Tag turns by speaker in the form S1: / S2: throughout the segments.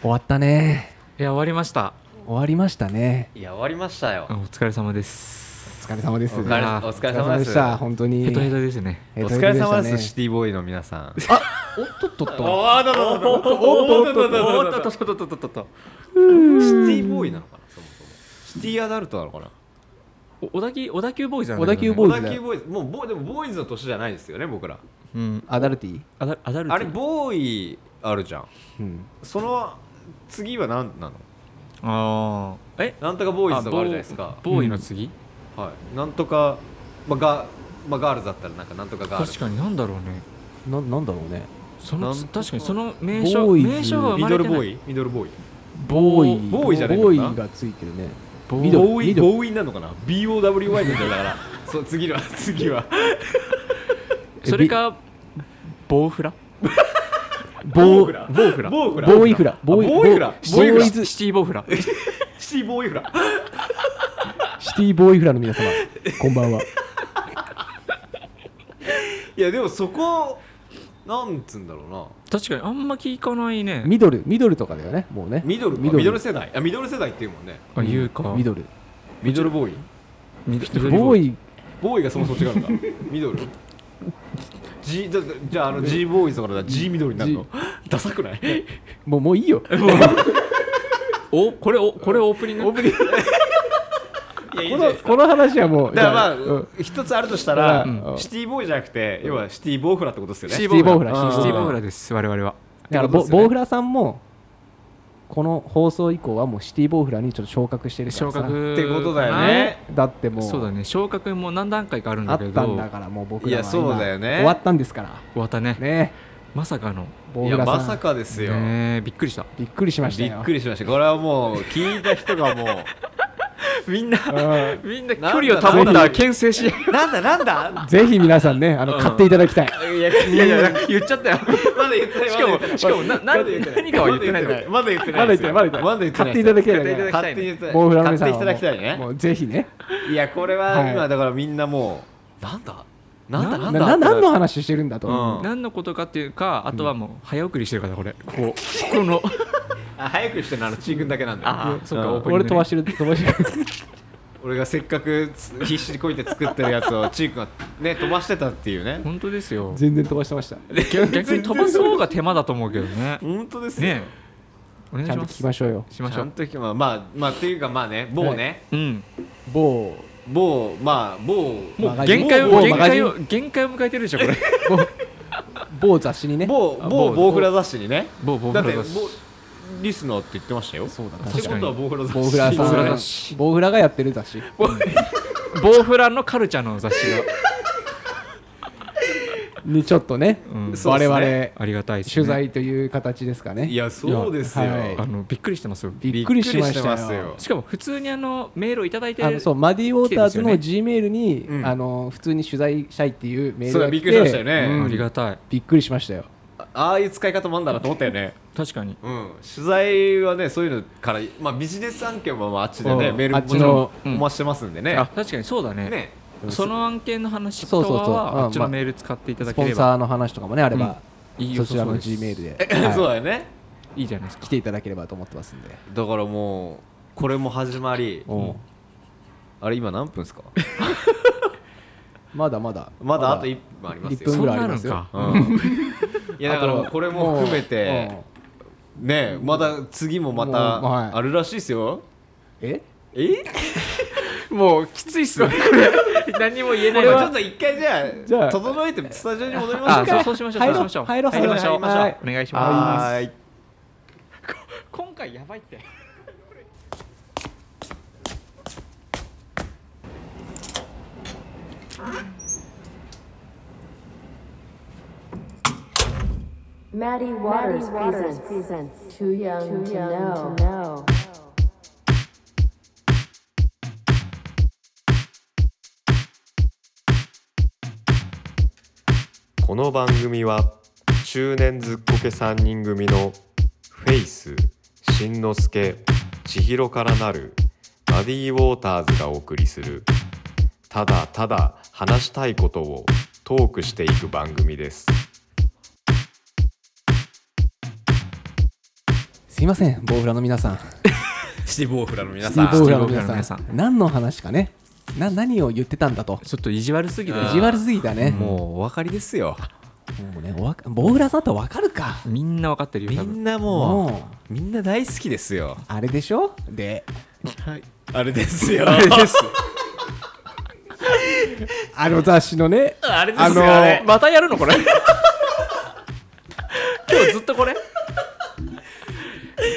S1: 終わったね
S2: いや終わりました
S1: 終わりましたね
S3: いや終わりましたよ
S2: お疲れ様です
S1: お疲れ様です
S3: お疲
S2: れ
S3: れ
S2: 様
S3: お疲れ様でし
S1: した
S3: た
S1: 本当に
S2: ヘトヘトですね
S3: お疲れ様です、シ
S1: す
S3: ティボーイの皆さん
S1: おっとっとっと
S3: おーどどどど
S1: おーっとっとっと
S3: おーっとっとっとっとっとっとっとシティボーイなのかなそもそもシティアダルトなのかな
S2: お小田急小田急ボーイズなん
S1: 小
S2: だ
S1: 田
S2: け
S1: 急
S2: どね
S1: ボーイズだ
S3: 小田急ボーイズもうボーでもボーイズの年じゃないですよね僕ら
S2: うん
S1: アダルティ
S2: アダアダルティ
S3: あれボーイあるじゃん
S1: うん
S3: その次は何なの
S2: あーえ
S3: なんとかボーイズとかあるじゃないですか
S2: あボーボーイの次、
S3: はいなんとかまあガまあガールズだったらなんかなんとかガールズ
S2: 確かになんだろうね
S1: ななんだろうね
S2: その
S3: なん
S2: 確かにその名称
S1: ボーイズ
S2: 名称が生
S3: ミ
S2: ま
S3: ド
S2: れて
S3: ル
S2: ない
S3: ボーイミドルボーイ
S1: ボーイ
S3: ボーイじゃねえの
S1: ボ
S3: かな
S1: ーイがついてるね
S2: ボ
S1: ミドル
S3: ボー
S1: ミ
S3: イ
S1: ドル
S3: ボーイなのかな BOWY なんだよ だからそう次は次は
S2: それかボーフラ
S1: ボ
S3: ボ
S1: ー
S3: ーフラボーフラ
S1: ボーイフラボーイ
S3: ボーイフラ
S1: ボーイ
S3: ボーイ
S2: シ
S3: フラ
S2: ティシティボーフラ
S3: シティボーイフラ
S1: シティボーイフラの皆様こんば んはい
S3: やでもそこなんつうんだろうな
S2: 確かにあんま聞かないね
S1: ミドルミドルとかだよねもうね
S3: ミドルかミドル世代あミドル世代っていうもんね
S2: あ言うか
S1: ミドル
S3: ミドルボーイ
S2: ミドル
S1: ボーイ
S3: ボーイがそもそも違 うんだミドル G だだじゃああの G ボーイズとかだったら G ミドルになるのダサくない
S1: もうもういいよ
S2: おこれおこれオープニングオープニング
S3: いやいいじ
S1: こ
S3: ゃな
S1: の
S3: いですか
S1: この話はもう
S3: だからまあ、
S1: じゃうん
S3: 一つあるとしたら、
S1: うん
S3: シティボーイじゃなくて要はシティボーフラってことですよね
S1: シティボーフラ
S3: あ
S2: シティボーフラです我々は
S1: だから
S3: っ
S1: ボ
S3: てことですよね
S1: ボーフラさんもこの放送以降はもうシティボーフラにちょっと昇格してるから
S2: 昇
S1: さ
S2: 格
S3: ってことだよね
S1: だってもう
S2: そうだね昇格も何段階かあるん
S1: あ
S2: だ
S1: っ
S2: け
S1: たんだ
S2: ど
S1: からもう僕らはい
S3: やそうだよね
S1: 今終わったんですから
S2: 終わったね
S1: ね
S2: まさかの
S1: ボー
S3: い
S1: フ
S3: や
S1: ラさん
S3: まさかですよ、
S2: ねえびっくりした
S1: びっくりしました
S3: び
S1: よ
S3: っくりしましたこれはもう聞いた人がもう
S2: みんな
S1: う
S2: みんな距
S3: 離を保った
S2: 牽制し
S3: なんだなんだ
S1: んぜひ皆さんねあの
S3: うん
S1: 買っていただきたい
S3: いやい
S2: いやいや言っちゃったよ
S3: まだ言ってない
S2: しかも
S3: まだ言ってない
S2: しかもなな
S3: まだ言ってい
S2: 何かは言ってないんだよ
S3: まだ言ってない
S1: まだ言ってないまだ言ってない
S3: まだ言ってない
S1: 買っていただければね
S3: 買っていただきたい
S1: ボーフラの皆さん
S3: 買
S1: はも
S3: っていた
S1: う
S3: だきたいね
S1: もうぜひね
S3: いやこれ
S1: は
S3: はい今だからみんなもうなんだなんだ
S1: な
S3: なんだ
S1: な何の話してるんだと
S3: うん
S2: 何のことかっていうかあとはもう早送りしてるからこれこここの
S3: あ早くしてるのあのちーくんだけなんだよ
S2: あーそっか
S3: ん
S2: オープニング
S1: 俺飛ばしてる飛ばしてる
S3: 俺がせっかくつ必死にこいて作ってるやつをちーくんがね飛ばしてたっていうね
S2: 本当ですよ
S1: 全然飛ばしてました
S2: 逆逆に飛ばす方が手間だと思うけどね
S3: 本当ですよ
S2: ねえお願い
S1: ちゃ
S2: し
S1: んと
S2: ま
S1: 聞
S2: す
S1: きましょうよ
S2: しまし
S3: ち
S2: ょ
S3: ゃ
S2: うん
S3: と聞きまあまあまあっていうかまあね某ね
S2: うん
S1: 某
S3: 某まあ某
S1: 曲
S2: もう
S1: がり
S2: 限界
S1: 某
S2: を限界
S1: マ
S2: を限界を迎えてるでしょこれ
S1: 某某雑誌にね
S3: 某
S2: あ
S3: 某
S2: 某
S3: ボーフラ雑誌にね
S2: 某某
S3: だっ
S2: フ
S3: て
S2: ラ雑誌
S3: 某リスナーって言ってましたよ
S1: そうだ
S3: っ
S1: 確
S2: かに
S3: てことはボーフラ雑誌
S1: ボーフラさ
S2: ボーフ
S1: ん
S2: ラ
S1: ね
S2: 雑誌
S1: ボーフラがやってる雑誌
S2: ボーフラのカルチャーの雑誌が
S1: にちょっとね
S2: うん
S3: そうっ
S1: 我
S3: す
S1: 々
S3: ね
S2: ありがたいです
S1: 取
S2: ね
S1: 材という形ですかね
S3: いやそうですよ、
S1: いやはい
S2: あのびっくりしてますよ
S1: びっくりしま
S3: びっくりして
S1: し
S3: ま
S1: た
S3: す
S1: よ
S3: よ
S2: しかも普通にあのメールをいただいて
S1: あのそうマディ・ウォーターズの
S2: 来て
S1: G メールに、
S3: うん
S1: あの普通に取材したいっていうメー
S3: そ
S1: ルが
S3: う
S1: 来
S3: だ
S1: て
S3: びっくりしましたよね、
S1: うん
S2: ありがたい
S1: びっくりしましたよ
S3: あああいう使い方もあんだなと思ったよね
S2: 確かに
S3: うん取材はねそういうのから、まあ、ビジネス案件もまああっちでね、
S1: うん
S3: メール
S1: あ
S3: も
S1: っ
S3: も
S1: ちの
S3: ちろ
S2: うん
S3: んお待ちしてますんでね、
S2: あ確かにそうだね
S3: ね
S2: その案件の話
S1: そ
S2: と
S1: うそうそう
S2: かは
S1: うん
S2: あっちのメール使っていただ
S1: ス
S2: け
S1: ポ
S2: れ
S1: ンサ
S2: ば
S1: ーの話とかもねあれば、
S2: うんいいよ
S1: そちらの
S2: そうそ
S1: G
S2: うです
S1: メール で
S3: そう
S1: は
S3: だよね
S2: いいじゃないで
S1: い
S2: すか
S1: 来ていただければと思ってますんで、
S3: だからもうこれも始まり
S1: おう
S3: あれ今何分ですか
S1: まだまだ
S3: まだあと1分あります
S1: 一分
S3: よ、
S1: ぐらいありますよ
S2: そんなのか
S3: うん、いやだか
S1: あ
S3: ら
S1: と
S3: これも含め
S1: おう
S3: てねまだ次もま
S1: もうはい
S3: たあるらしいですよ
S1: え
S3: え
S2: もうきついっすね 何も言え
S3: こ
S2: ない
S3: れ
S2: わ
S3: はちょっと一回じゃあ
S1: じゃあ
S3: 整えてスタジオに戻りましょ
S2: あ
S3: う
S2: そう
S3: か
S2: そうしましょう
S1: 入
S2: そう
S1: ろう
S2: しましょう
S1: 入ろう
S2: 入りましょう
S3: 入りましょう
S2: お願いします
S3: はーい
S2: 今回やばいって
S4: Maddie Waters, presents, Too Young, to, know.
S3: この番組は中年ずっこけ3人組のフェイスしんのすけ千尋からなるバディウォーターズがお送りするただただ話したいことをトークしていく番組です。
S1: すいませんボウフラの皆さん
S3: シティボーフラの皆
S1: シ
S3: さ
S1: ティボウ
S3: ん
S1: フラの皆
S2: シティボウフラの皆
S1: さ
S2: さ
S1: ん
S2: ん
S1: 何の話かねな何を言ってたんだと
S2: ちょっと意地悪すぎて
S1: 意地悪すぎたねも
S3: もうお分かりですよ
S1: うねおわかボウフラさんとわかるか
S2: みんな分かってるよ
S3: み
S2: 多分
S3: んな
S1: う
S3: も
S1: ん
S3: うみんな大好きですよ
S1: あれでしょで
S3: あれですよ
S1: あの雑誌のね
S3: あれですよ
S1: あの
S3: あれ
S2: またやるのこ れ今日ずっとこれ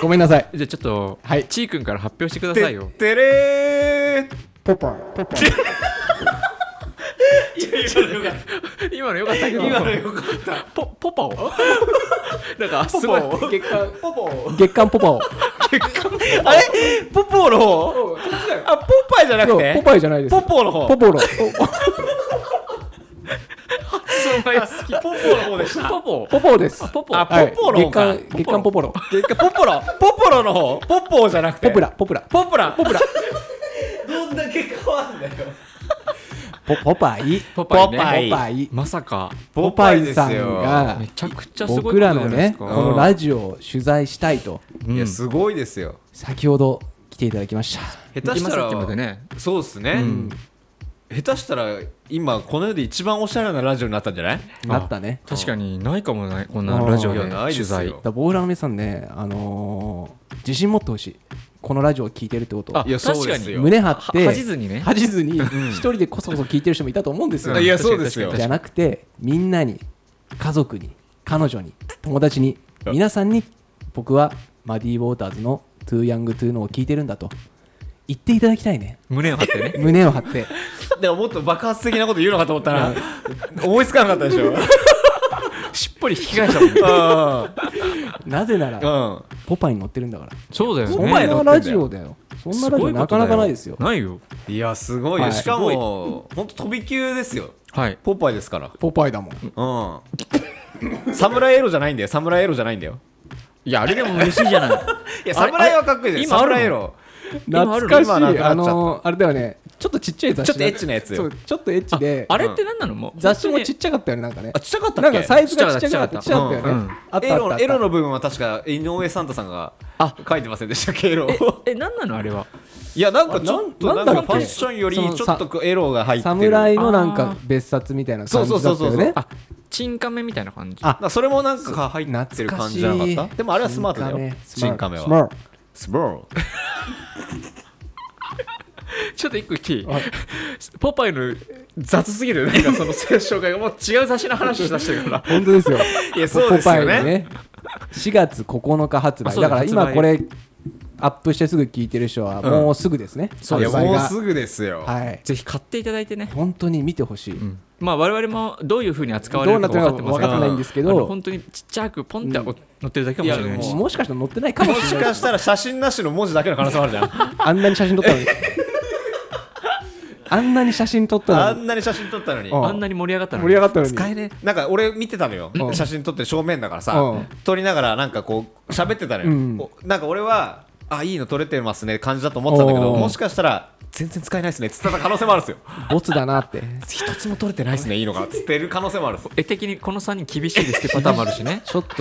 S1: ごめんなさい
S2: じゃあちょっと、
S1: はい
S2: ちーくんから発表してください
S3: て
S2: よ
S3: てれー
S1: ポポンポポン
S2: 今のよかったけど今のよかったポポパをなんかすごい
S3: ポポ
S1: 月刊
S3: ポポ
S1: 月刊ポパを
S3: あれポポの方あポッパイじゃなくて
S1: ポパイじゃないです
S3: ポポの方
S1: ポポロ
S2: お前好き
S3: ポポの方でした
S2: ポポ
S1: ポポです
S2: ポポ
S3: あ
S1: はい
S3: ポポロ
S1: 月
S3: か
S1: 刊月刊ポポロ
S3: 結果ポポロポポロの方ポポじゃなくて
S1: ポプラポプラ
S3: ポプラポプラどんだけ変わんだよ
S1: ポポパイ
S2: ポパイね
S3: ポパイ
S1: ポパイ
S2: まさか
S1: ポパイさんが
S2: めちゃくちゃすご
S1: 僕
S2: いことじゃ
S1: ら
S2: な
S1: の
S2: いです
S1: ね
S2: か
S1: このラジオを取材したいと
S3: いやすごいですよ
S1: 先ほど来ていただきました
S3: 下手
S2: 行き
S3: した
S2: ますよ行きますよ
S3: ら
S2: ね
S3: そうっすね下手したら今この世で一番おしゃれなラジオになったんじゃない
S1: なったね
S2: 確かにないかもねこんなラジオで
S3: いやないです
S2: 取材
S3: よ
S1: だからボーラーの皆さんねあのー自信持ってほしいこのラジオを聞いてるってことを
S2: あ
S3: いや
S2: 確かに
S3: そうですよ
S1: 胸張って
S2: は恥じずにね
S1: 恥じずに一人でこそこそ聞いてる人もいたと思うんですよ
S3: いやそうですよ
S1: じゃなくてみんなに家族に彼女に友達に皆さんに僕はマディ・ウォーターズの「トゥー・ヤング・トゥー・ノー」を聞いてるんだと言っていただきたいね
S2: 胸を張って ね
S1: 胸を張 って
S3: でももっと爆発的なこと言うのかと思ったら 思いつかなかったでしょ
S2: しっぽり引き返したもん
S1: なぜなら
S3: うんうん
S1: ポパイに乗ってるんだから
S2: そうだよね
S1: そん
S3: 前乗
S1: な
S3: ってんだ
S1: ラジ
S3: よ
S1: オだよそんなラジオなかなかないですよ
S2: ないよ
S3: いやすごいよ、
S1: はい
S3: しかもほんと飛び級ですよ
S2: はい
S3: ポッパイですから
S1: ポパイだもん
S3: うん サムライエロじゃないんだよサムライエロじゃないんだよ
S2: いやあれでも嬉しいじゃない
S3: いやサムライはかっこいいじゃん
S2: 今
S3: サ
S2: ある
S3: ム
S2: の
S3: ライエロ
S2: 今あ
S1: 懐
S2: る
S1: かしい
S3: 今なくなっちゃった
S1: あのーあれだよねちょっとちっちゃい雑誌
S3: ちょっとエッチなやつよ
S1: そうちょっとエッチで
S2: あれって何なのもう
S1: 雑誌もちっ
S2: 本
S1: ちゃかったよねなんかね
S3: あちっちゃかったっ
S1: な
S3: け
S1: んかサイズがちっちゃかったちっ
S2: ちっ
S1: ち
S2: ち
S1: ゃ
S3: ゃ
S1: か
S3: か
S1: っ
S3: った
S1: よね、
S3: た
S2: うんうん
S1: あったあっ
S3: エ
S1: たあっ
S3: ロ
S1: た
S3: エロの部分は確か井上サンタさんが
S2: あ
S3: 書いてませんでしたっけエロ
S2: 当にええ何なのあれはい
S3: やなんかちょっ
S1: な
S3: と
S1: ん
S3: なん
S1: なんだ
S3: か
S1: っけ
S3: ファッションより
S1: その
S3: ちょっとこうエロが入ってる
S1: 侍
S3: だ
S1: のなん
S2: あ
S1: か
S2: ー
S1: 別冊みたいな感じだったよね
S3: そうそうそうそう
S2: あチンカメみたいな感じ
S1: あ
S3: からそれもなんか入ってる感じじゃなかったでもあれはスマートだよチンカメ
S1: スマ
S3: は
S1: ート
S3: スマート
S2: ちょっと一個聞い
S1: はい
S2: ポパイの雑すぎるなんかその紹介がもう違う雑誌の話出してるから
S1: 本当ですよ
S3: いやそうですよね
S1: ポパイの4月9日発
S2: あ
S1: 売
S2: そう
S1: だ
S2: だ
S1: から今
S2: 発売
S1: これアップしてすぐ聞いてる人はもうすぐですね、
S3: いや
S1: 発売
S3: もう
S1: が
S3: すぐですよ
S1: はい
S2: ぜひ買っていただいてね
S1: 本当に見てほしい、
S2: まあ我々もどういうふうに扱われるか分かってま
S1: ど
S2: す
S1: うなってるか分かってないんですけど
S2: あの本当にちっちゃくポンって乗ってるだけかもしれない
S3: いや
S2: し
S3: もう
S1: もしかしたら載ってないかも
S3: も
S1: しれ
S3: し
S1: ない
S3: かしたら写真なしの文字だけの可能性もあるじ ゃん
S1: あんなに写真撮ったのにあんなに写真撮った
S3: あ
S1: のに
S3: んなに写真撮ったのに
S1: うん
S2: あんなに盛り上がったの
S1: 盛り上がったのに
S3: 使えねなんか俺見てたのよ
S1: うん
S3: 写真撮って正面だから
S1: う
S3: さ
S1: ん
S3: 撮りながらなんかこう喋ってたのよ、
S1: うん
S3: おなんか俺はあいいの撮れてますね感じだと思ってたんだけど
S1: おー
S3: もしかしたら全然使えないですねっつってた可能性もあるんですよ
S1: ボツだなって
S3: 一つも撮れてないですねいいのがっつってる可能性もあるんですよ
S2: 絵的にこの3人厳しいですってパターンもあるしね
S1: ちょっと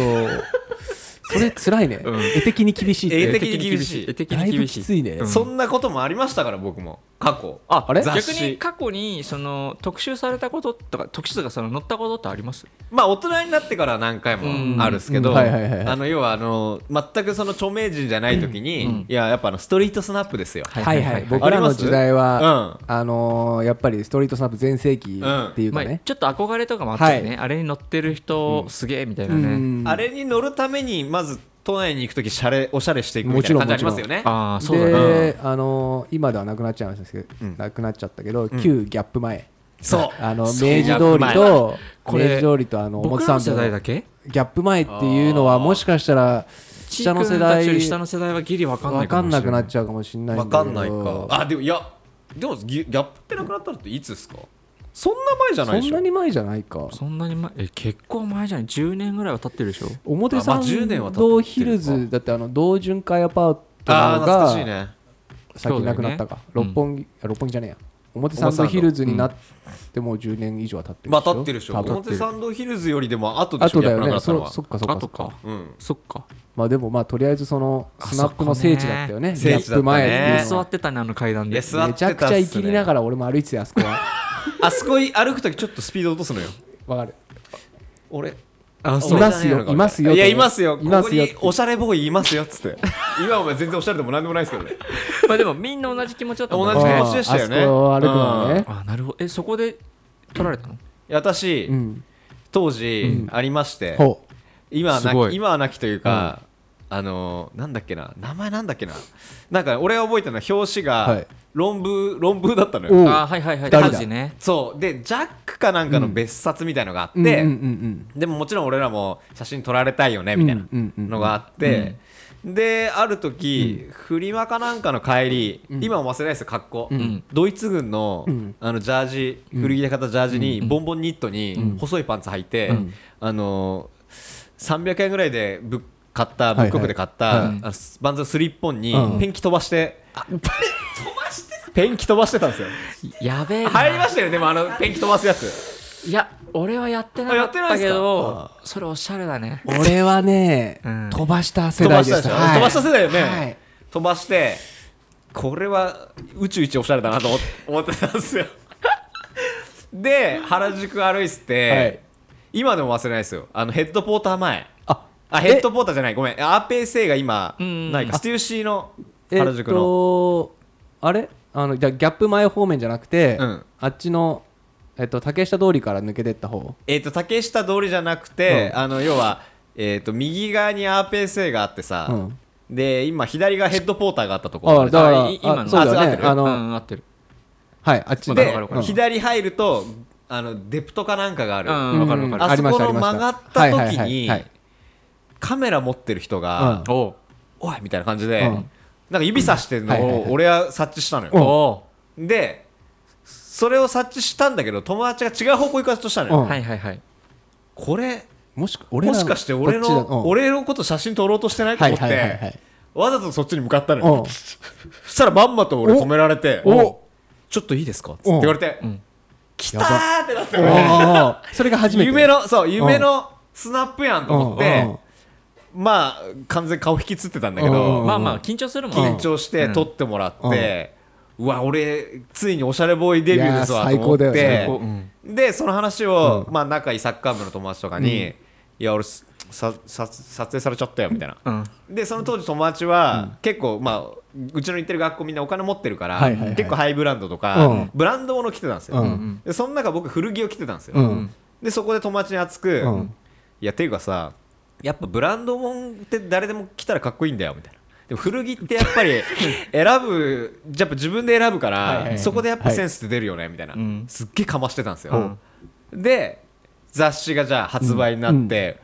S1: それ辛いね、
S2: うん
S1: 絵的に厳しいって
S3: 絵的に厳しい
S2: 絵的
S1: だい
S2: に
S1: ぶ
S2: 厳
S1: き
S2: し
S1: つ
S2: い
S1: いね、
S2: うん
S3: そんなこともありましたから僕も過去
S2: あ
S1: あれ
S3: 雑
S2: 逆
S3: 誌
S2: に過去にその特集されたこととか特集とかその載ったことってあります
S3: まあ大人になってから何回もあるんですけ
S1: う
S3: ど
S1: んはいはいはいはい
S3: あの要はあの全くその著名人じゃない時に、いややっぱあのストリートスナップですよ、
S1: はいはい、僕ら
S3: ありま
S1: の
S3: す
S1: 時代は
S3: う
S1: あのーやっぱりストリートスナップ全盛期っていう
S2: ま
S1: か
S2: あ
S1: ね、
S2: ちょっと憧れとかもあったよね、
S1: は
S2: あれに乗ってる人すげえみたいな
S1: う
S2: ね
S1: ん
S3: あれに乗るためにまず都内に行く時シャレおしゃれしていくみたいな感じありますよね
S2: ああそうだね
S1: で、あのー今ではなくなっちゃいましたけど、なくなっちゃったけど、旧ギャップ前
S3: そう
S1: あの明治
S3: そ
S1: 通
S3: う
S1: りと
S2: こ
S1: 明
S2: れ
S1: 治通りとあの
S2: 僕
S1: 表
S2: らの
S1: 参道
S2: 世代
S1: の
S2: だけ
S1: ギャップ前っていうのはもしかしたら下の世代
S2: ちーくんたちより下の世代はギリわかんな
S1: わ
S2: い
S1: か
S2: か
S1: ん
S2: も
S1: な
S2: し
S1: く
S2: れ
S1: な
S2: な
S1: っ
S2: い
S1: ちゃうかもしれない
S3: わ
S1: んだ
S3: か
S1: け
S3: ん
S1: ど
S3: ないかあでもいやでもギギャップってなくなったのっていつですかそんな前じゃないで
S1: そん
S3: しょ
S1: なに前じゃないか
S2: そんなに前え結構前じゃない10年ぐらいは経ってるでしょ
S1: 表
S3: あま
S1: 参
S3: あ10年は経ってる
S1: 道
S3: か
S1: ヒルズだってあの同潤会アパート
S3: あ
S1: な
S3: あ
S1: の
S3: 懐かしい
S1: が
S3: ね
S1: 先なくなったか、
S2: そうだよね
S1: 六本木、あ六本木じゃねえや表参道ヒルズになってもう10年以上は経ってる
S3: まあ立ってるでしょ
S1: 多分
S3: 表参道ヒルズよりでも後で
S1: あ
S3: しょ
S1: とだ
S3: ギャップ
S1: よね
S3: なくなったの
S1: そ
S3: は
S1: そっかそっか
S2: あ
S1: そ
S2: と
S1: っか
S2: か
S3: うん
S2: そっか
S1: まあでもまあとりあえずそのスナップの聖地だったよね
S3: あそこね
S1: ギャップ前って
S3: え
S1: い
S3: ー
S1: う
S2: 座
S1: の
S2: ってたねあの階段
S3: いや
S2: で
S3: 座
S1: は
S3: っ
S1: め
S3: て
S1: ち
S3: たっす
S1: ゃ
S3: ね
S1: くちゃいきりながら俺も歩いてたよあそこは
S3: あそこい歩くときちょっとスピード落とすのよ
S1: わかる
S3: 俺
S2: あ
S1: い
S2: そう
S1: ま
S3: ますす
S1: よ
S3: よ
S1: いますよ
S3: いやいますよ
S1: いますよ
S3: ここにおしゃれボーイいますよっつって今お前全然おしゃれでもなんでもないですけどね
S2: まあでもみんな同じ気持ちだった
S3: 同
S2: んだ
S3: じ気持ちでしたよね
S1: あそこを歩くのはね
S2: あなるほどえそこで取られたの
S3: 私、
S1: うん
S3: 当時ありまして、
S1: ほう
S3: 今はな
S2: すごい
S3: 今はなきというか、あのなんだっけな名前なんだっけななんか俺が覚えたのは表紙
S1: は
S3: が
S1: い
S3: 論文、論文だったの
S1: お
S3: よ
S1: う
S2: あはいはい
S1: 二
S2: はい
S1: 人だ
S2: 当時ね
S3: そうでジャックかなんかの別冊みたいのがあって、
S1: うんうんうん
S3: でももちろん俺らも写真撮られたいよねみたいな
S1: うんうんうん
S3: のがあって、である時、フリマかなんかの帰り、今も忘れないですよ格好、
S2: ん
S3: ドイツ軍の,、あのジャージ古着で買ったジャージに、ボンボンニットに細いパンツ履いて、あの300円ぐらいでぶっ買ったブックオフで買った、
S1: はいはい
S3: あのスバンズのスリッポンに
S1: うん
S3: ペンキ飛ばして、ペンキ飛ばしてたんですよ
S2: やべえな
S3: 入りましたよねでもあのペンキ飛ばすやつ
S2: いや俺はやってなかったけどそれおしゃれだね
S1: うん俺はね
S2: うん
S1: 飛ばした世
S3: 飛
S1: 代
S3: ば
S1: で
S3: した
S1: し
S3: でしたょ、
S1: はい
S3: 飛ばした世代よね、
S1: はい
S3: 飛ばしてこれは宇宙一おしゃれだなと思っ思って たんですよで原宿歩いてて、
S1: はい
S3: 今でも忘れないですよあのヘッドポーター前
S1: あ
S3: あヘッドポーターじゃないごめんアーペーセイが今
S2: ん
S3: ないかステューシーの
S1: え
S3: 原
S1: っ
S3: 宿の、
S1: とあれあのじゃあギャップ前方面じゃなくて
S3: うん
S1: あっちのえっと竹下通りから抜けてった方
S3: えっと竹下通りじゃなくて、
S1: うん
S3: あの要は、えっと右側にアーペーセイがあってさ、
S1: うん
S3: で今左がヘッドポーターがあったところ
S1: あだから
S2: あい今の
S1: あそうだ
S3: あ合っ
S1: よ
S3: て
S1: ね
S3: る
S1: あ
S2: う
S1: の
S2: ん合ってる
S1: はいあっちで
S3: で
S2: わかるわかる
S3: 左入るとあのデプトかなんかがある、
S2: うんわかるわかる
S3: あそこの曲がった時に
S1: はい
S3: カメラ持ってる人が
S1: う
S3: 「おうおい」みたいな感じで、
S1: うん
S3: なんか指さしてるの
S1: はいはいはい
S3: を俺は察知したのよ、
S1: うん
S2: お
S3: でそれを察知したんだけど友達が違う方向行かせとしたのよ、
S1: う
S2: お
S1: ん
S2: はいはいはい
S3: これ
S1: もし俺ら
S3: もしかして俺
S1: こっちだ
S3: の、
S1: うん
S3: 俺のこと写真撮ろうとしてないと
S1: は
S3: 思
S1: い
S3: って、
S1: はいはいはい
S3: わざとそっちに向かったのよ、
S1: うん
S3: そしたらまんまと俺止められて「
S1: お
S3: おちょっといいですか?」って言われて
S2: うん
S3: 「来た!」ーってなって俺
S1: おーそれが初めて
S3: 夢のそう夢のスナップやんと思って、まあ完全に顔引きつってたんだけ
S1: うんうん
S3: ど、
S2: まあまあ緊張するもん
S3: 緊張して
S2: うん
S3: 撮ってもらって、うわ俺ついにおしゃれボーイデビューですわ
S1: いやー
S3: と思っ
S1: 最高だ
S3: て
S1: よ
S2: 最高
S3: でその話を、まあ、仲いいサッカー部の友達とかに、いや俺ささ撮影されちゃったよみたいな、
S2: うん
S3: でその当時友達は、結構まあうちの行ってる学校みんなお金持ってるから、
S1: はいはいはい
S3: 結構ハイブランドとか、
S1: うん
S3: ブランドもの着てたんですよ、
S1: うん
S3: でその中僕古着を着てたんですよ、
S1: うん
S3: でそこで友達に熱く、
S1: うん
S3: いやていうかさやっぱブランドもんって誰でも着たらかっこいいんだよみたいなでも古着ってやっ ぱり選ぶやっぱ自分で選ぶから、
S1: はいはいはい
S3: そこでやっぱセンスって出るよねみたいな、
S2: ん
S3: すっげえかましてたんですよ、で雑誌がじゃあ発売になって、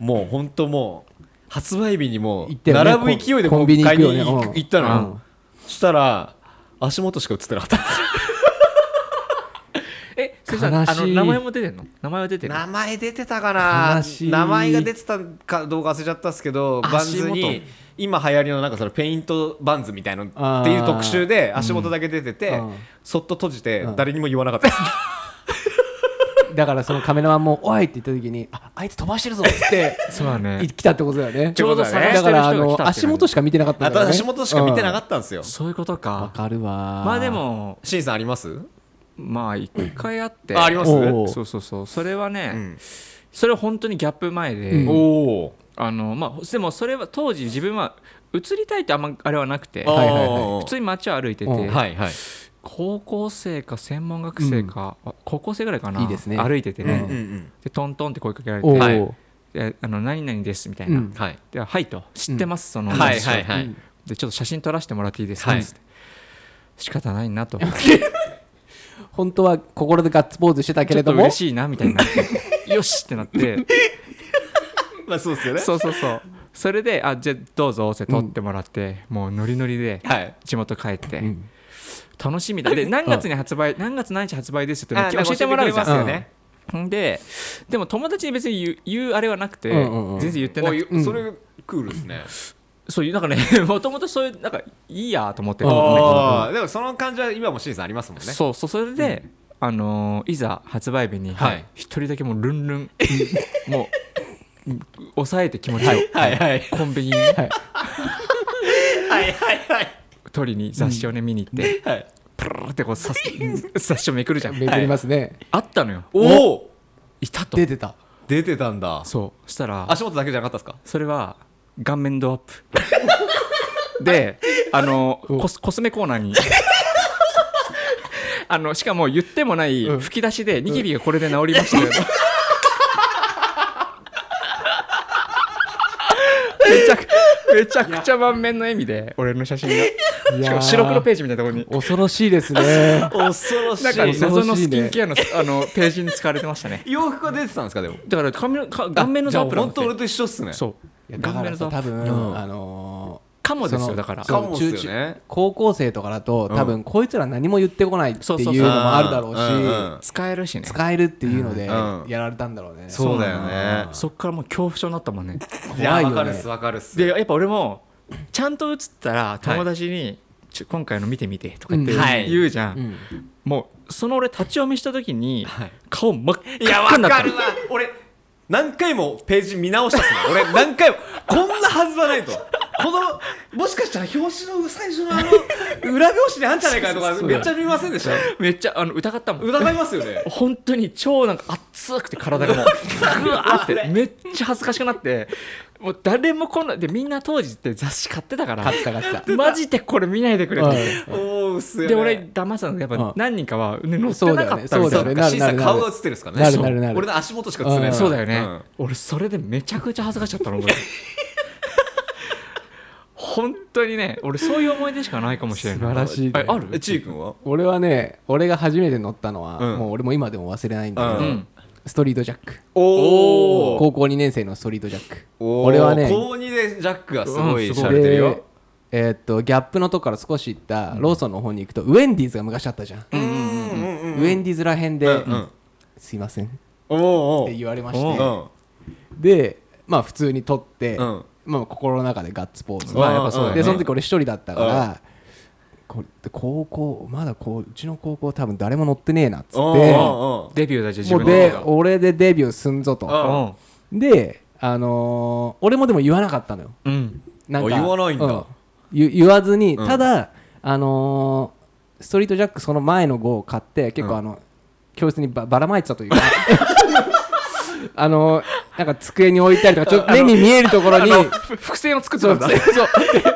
S3: もうほんともう発売日にも
S1: 行っ
S3: う
S1: たよね
S3: 並ぶ勢いで
S1: コンコ
S3: も
S1: ン
S3: う
S1: ビニ行
S3: 買い
S1: く
S3: に
S1: よね
S3: 行
S1: うん
S3: く行ったの
S1: う
S3: よそしたら足元しか映ってなかった
S2: えそれさ
S1: 悲しい
S2: あの名前も出てんの名前は出てる
S3: 名前出てたかな
S1: 悲しい
S3: 名前が出てたかどうか忘れちゃったっすけど
S2: あ
S3: バンズ
S2: 足
S3: に
S2: 元
S3: 今流行りのなんかそのペイントバンズみたいの
S1: あー
S3: っていう特集で足元だけ出てて、
S1: うん
S3: そっと閉じて
S1: うん
S3: 誰にも言わなかったです、
S1: だからそのカメラマンも「おい!」って言った時に「ああいつ飛ばしてるぞ」っつって
S2: そうだね
S1: 来たってことだよね
S2: ちょうど探して
S1: だか
S2: る人が来たって
S1: らあ
S2: いう
S1: の
S2: 感じ
S1: 足元しか見てなかった
S3: あ
S1: ん
S3: と
S1: だよね
S3: 足元しか見てなか
S1: っ
S3: ったんですよ、
S2: そういうこと
S1: たわ
S2: か
S1: かるわ
S2: まあでも
S3: シンさんあります
S2: まあ一回あって
S3: ああります
S1: おう
S2: そうそうそうそれはね、
S3: うん
S2: それ本当にギャップ前で、
S1: うん
S3: おー
S2: あのまあでもそれは当時自分は映りたいってあんまあれはなくて
S3: あー
S1: はいはいは
S2: 普通に街を歩いてて、
S1: うん
S3: はいはい
S2: 高校生か専門学生か、あ高校生ぐらいかない
S1: いですね
S2: 歩いててね、
S1: うん
S3: うん
S2: でトントンって声かけられ
S1: おお
S2: て
S3: はい
S1: ー
S2: 「であの何々です」みたいうな「
S1: ん
S3: はい
S2: ではい」と「知ってます、その
S3: はいはいはい、
S1: うん
S2: でちょっと写真撮らせてもらっていいですか」
S3: はい
S2: っつって仕方ない なと思って
S1: 本当は心でガッツポーズしてたけ
S2: ちょ
S1: れ
S2: っと
S1: ども
S2: 嬉しいなみたいになって よしってなって
S3: まあそうですよ ね
S2: そうそうそうそれで「あじゃあどうぞ」って撮ってもらって、もうノリノリで
S3: はい
S2: 地元帰って、
S1: ん
S2: 楽しみだで何月に発売何月何日発売ですって
S3: あ
S2: 教えてもらうじゃ
S3: 教えてくれますよ
S2: ん
S3: ね、
S2: うんででも友達に別に言う言うあれはなくて、
S1: うんうんうん
S2: 全然言ってな
S3: お
S2: くて
S3: いそれクールですね、
S2: そういうなんかね もともとそういうなんかいいやと思って
S3: あ
S2: たのね
S3: あーでもその感じは今もシンさんありますもんね
S2: そうそうそれで、あのーいざ発売日に
S3: はい
S2: 一人だけもうルンルンも抑えて気持ちを、
S3: はいはい
S2: コンビニに
S1: はい
S3: はいはいはい
S2: 取りに雑誌をね見に行って、
S3: はい
S2: プルルルってこう雑雑誌をめくるじゃん
S1: めくりますね、
S2: あったのよ
S3: おお
S2: いたと
S1: 出てた
S3: 出てたんだ
S2: そうしたら
S3: 足元だけじゃなかったですか
S2: それは顔面ドアップであのコスコスメコーナーにあのしかも言ってもない
S1: うん
S2: 吹き出しでニキビがこれで治りましたよ、めちゃくめちゃくちゃ満面の笑みで俺の写真
S1: い
S2: がし
S1: や
S2: か
S1: ー
S2: も白黒ページみたいなところに
S1: 恐ろしいです ね
S3: 恐ろし
S2: なんか
S1: ね恐ろ
S2: 謎
S1: しいね
S2: のスキンケアのあのページに使われてましたね
S3: 洋服が出てたんですかでも
S2: だから髪のか顔面の
S3: じゃ
S2: ドア
S3: あ
S2: ップなんて
S3: 本当俺と一緒っすね
S2: そ
S1: い
S2: う
S1: やだか
S2: 顔面
S1: ら
S2: のド
S1: さ
S2: アップ
S1: 多分、
S3: うん
S1: あの
S2: かもです
S1: その
S2: よだから
S1: そ
S3: か
S1: う
S3: もっすよね
S1: ー高校生とかだと多分、こいつら何も言ってこないって
S2: そう
S1: い
S2: そう
S1: う
S2: そう
S1: のもあるだろうし、
S3: んんん
S2: 使えるしね
S1: 使えるっていうので
S3: うん
S1: やられたんだろうね、
S3: そうだよね
S2: そっからもう恐怖症になったもんね
S3: いや
S1: 怖いよね
S3: わかるっすわかるっす
S2: でやっぱ俺もちゃんと映ったら友達に、ちょ今回の見てみてとか言って
S1: うん
S3: はい
S2: 言うじゃん、
S1: うん
S2: もうその俺立ち読みした時に
S3: はい
S2: 顔真っ
S3: い
S2: 赤
S3: や、わ
S2: っかになっ
S3: か
S2: た
S3: るわ。俺、何回もページ見直したっすね。俺、何回も、こんなはずはないと。この、もしかしたら表紙の最初のあの、裏表紙にあんじゃな いかとか、めっちゃ見ませんでした
S2: めっちゃあの疑ったもん
S3: 疑いますよね。
S2: 本当に超なんか熱くて体がもう ぐわーってめっちゃ恥ずかしくなってもう誰もこんなでみんな当時って雑誌買ってたから
S1: 勝ってた勝って
S2: マジでこれ見ないでくれ
S1: た、
S2: っ
S1: う
S2: て
S1: ん
S3: おー、す
S2: で俺騙されたのやっ
S1: うん
S2: ぱ何人かは、ね、乗って
S1: そうだ
S2: な
S1: よ
S2: か
S1: ね
S2: ったみたい
S1: そ
S2: な
S1: うだよね
S3: か、シーさ
S1: なる
S3: ん
S1: なる
S3: 顔が映ってるっすからね。
S1: なるなるなる
S3: 俺の足元しか映ってないっす
S2: そ
S3: か
S2: うだ
S3: ら
S2: よね、
S3: うん
S2: 俺それでめちゃくちゃ恥ずかしちゃったの俺 本当にね俺そういう思い出しかないかもしれない
S1: 素晴らしいね
S2: あある
S3: えちーくんは
S1: 俺はね俺が初めて乗ったのは、
S3: うん
S1: もう俺も今でも忘れないんだけ
S2: う
S1: ど、
S2: ん
S1: ストリートジャック
S3: おー
S1: 高校2年生のストリートジャック
S3: おー
S1: 俺はね
S3: 高2でジャックがすごい
S2: うんす
S3: し
S2: ごい
S3: ゃれてる
S1: で
S3: よ。
S1: えーっとギャップのとこから少し行ったローソンの方に行くと、ウェンディーズが昔あったじゃん、
S3: うんうんうん
S1: ウェンディーズらへんで、
S3: うんうん
S1: すいませんっ
S3: おーお
S1: て
S3: ー
S1: 言われまし
S3: う
S1: て、
S3: ん
S1: でまあ普通に撮って、
S3: うん
S1: まあ、心の中でガッツポーズ、
S3: まあやっぱそうだよね
S1: でその時俺一人だったから、これ高校まだこううちの高校多分誰も乗ってねえなっつって
S3: おーおー
S2: デビューだじゃん自
S1: もう
S2: 分の
S1: で
S2: 方が
S1: 俺でデビューすんぞと
S3: うん
S1: であのー俺もでも言わなかったのよ
S2: うんうん
S1: なんか
S3: あ言わないんだ
S1: う言言わずに、
S3: うん
S1: ただあのーストリートジャックその前の号を買って結
S3: う
S1: 構
S3: ん
S1: あの、教室にばばらまいてたという かあのーなんか机に置いたりとかちょっと目に見えるところに
S2: ふ伏線を作って
S1: そ
S2: た
S1: うん
S2: だ
S1: そうそ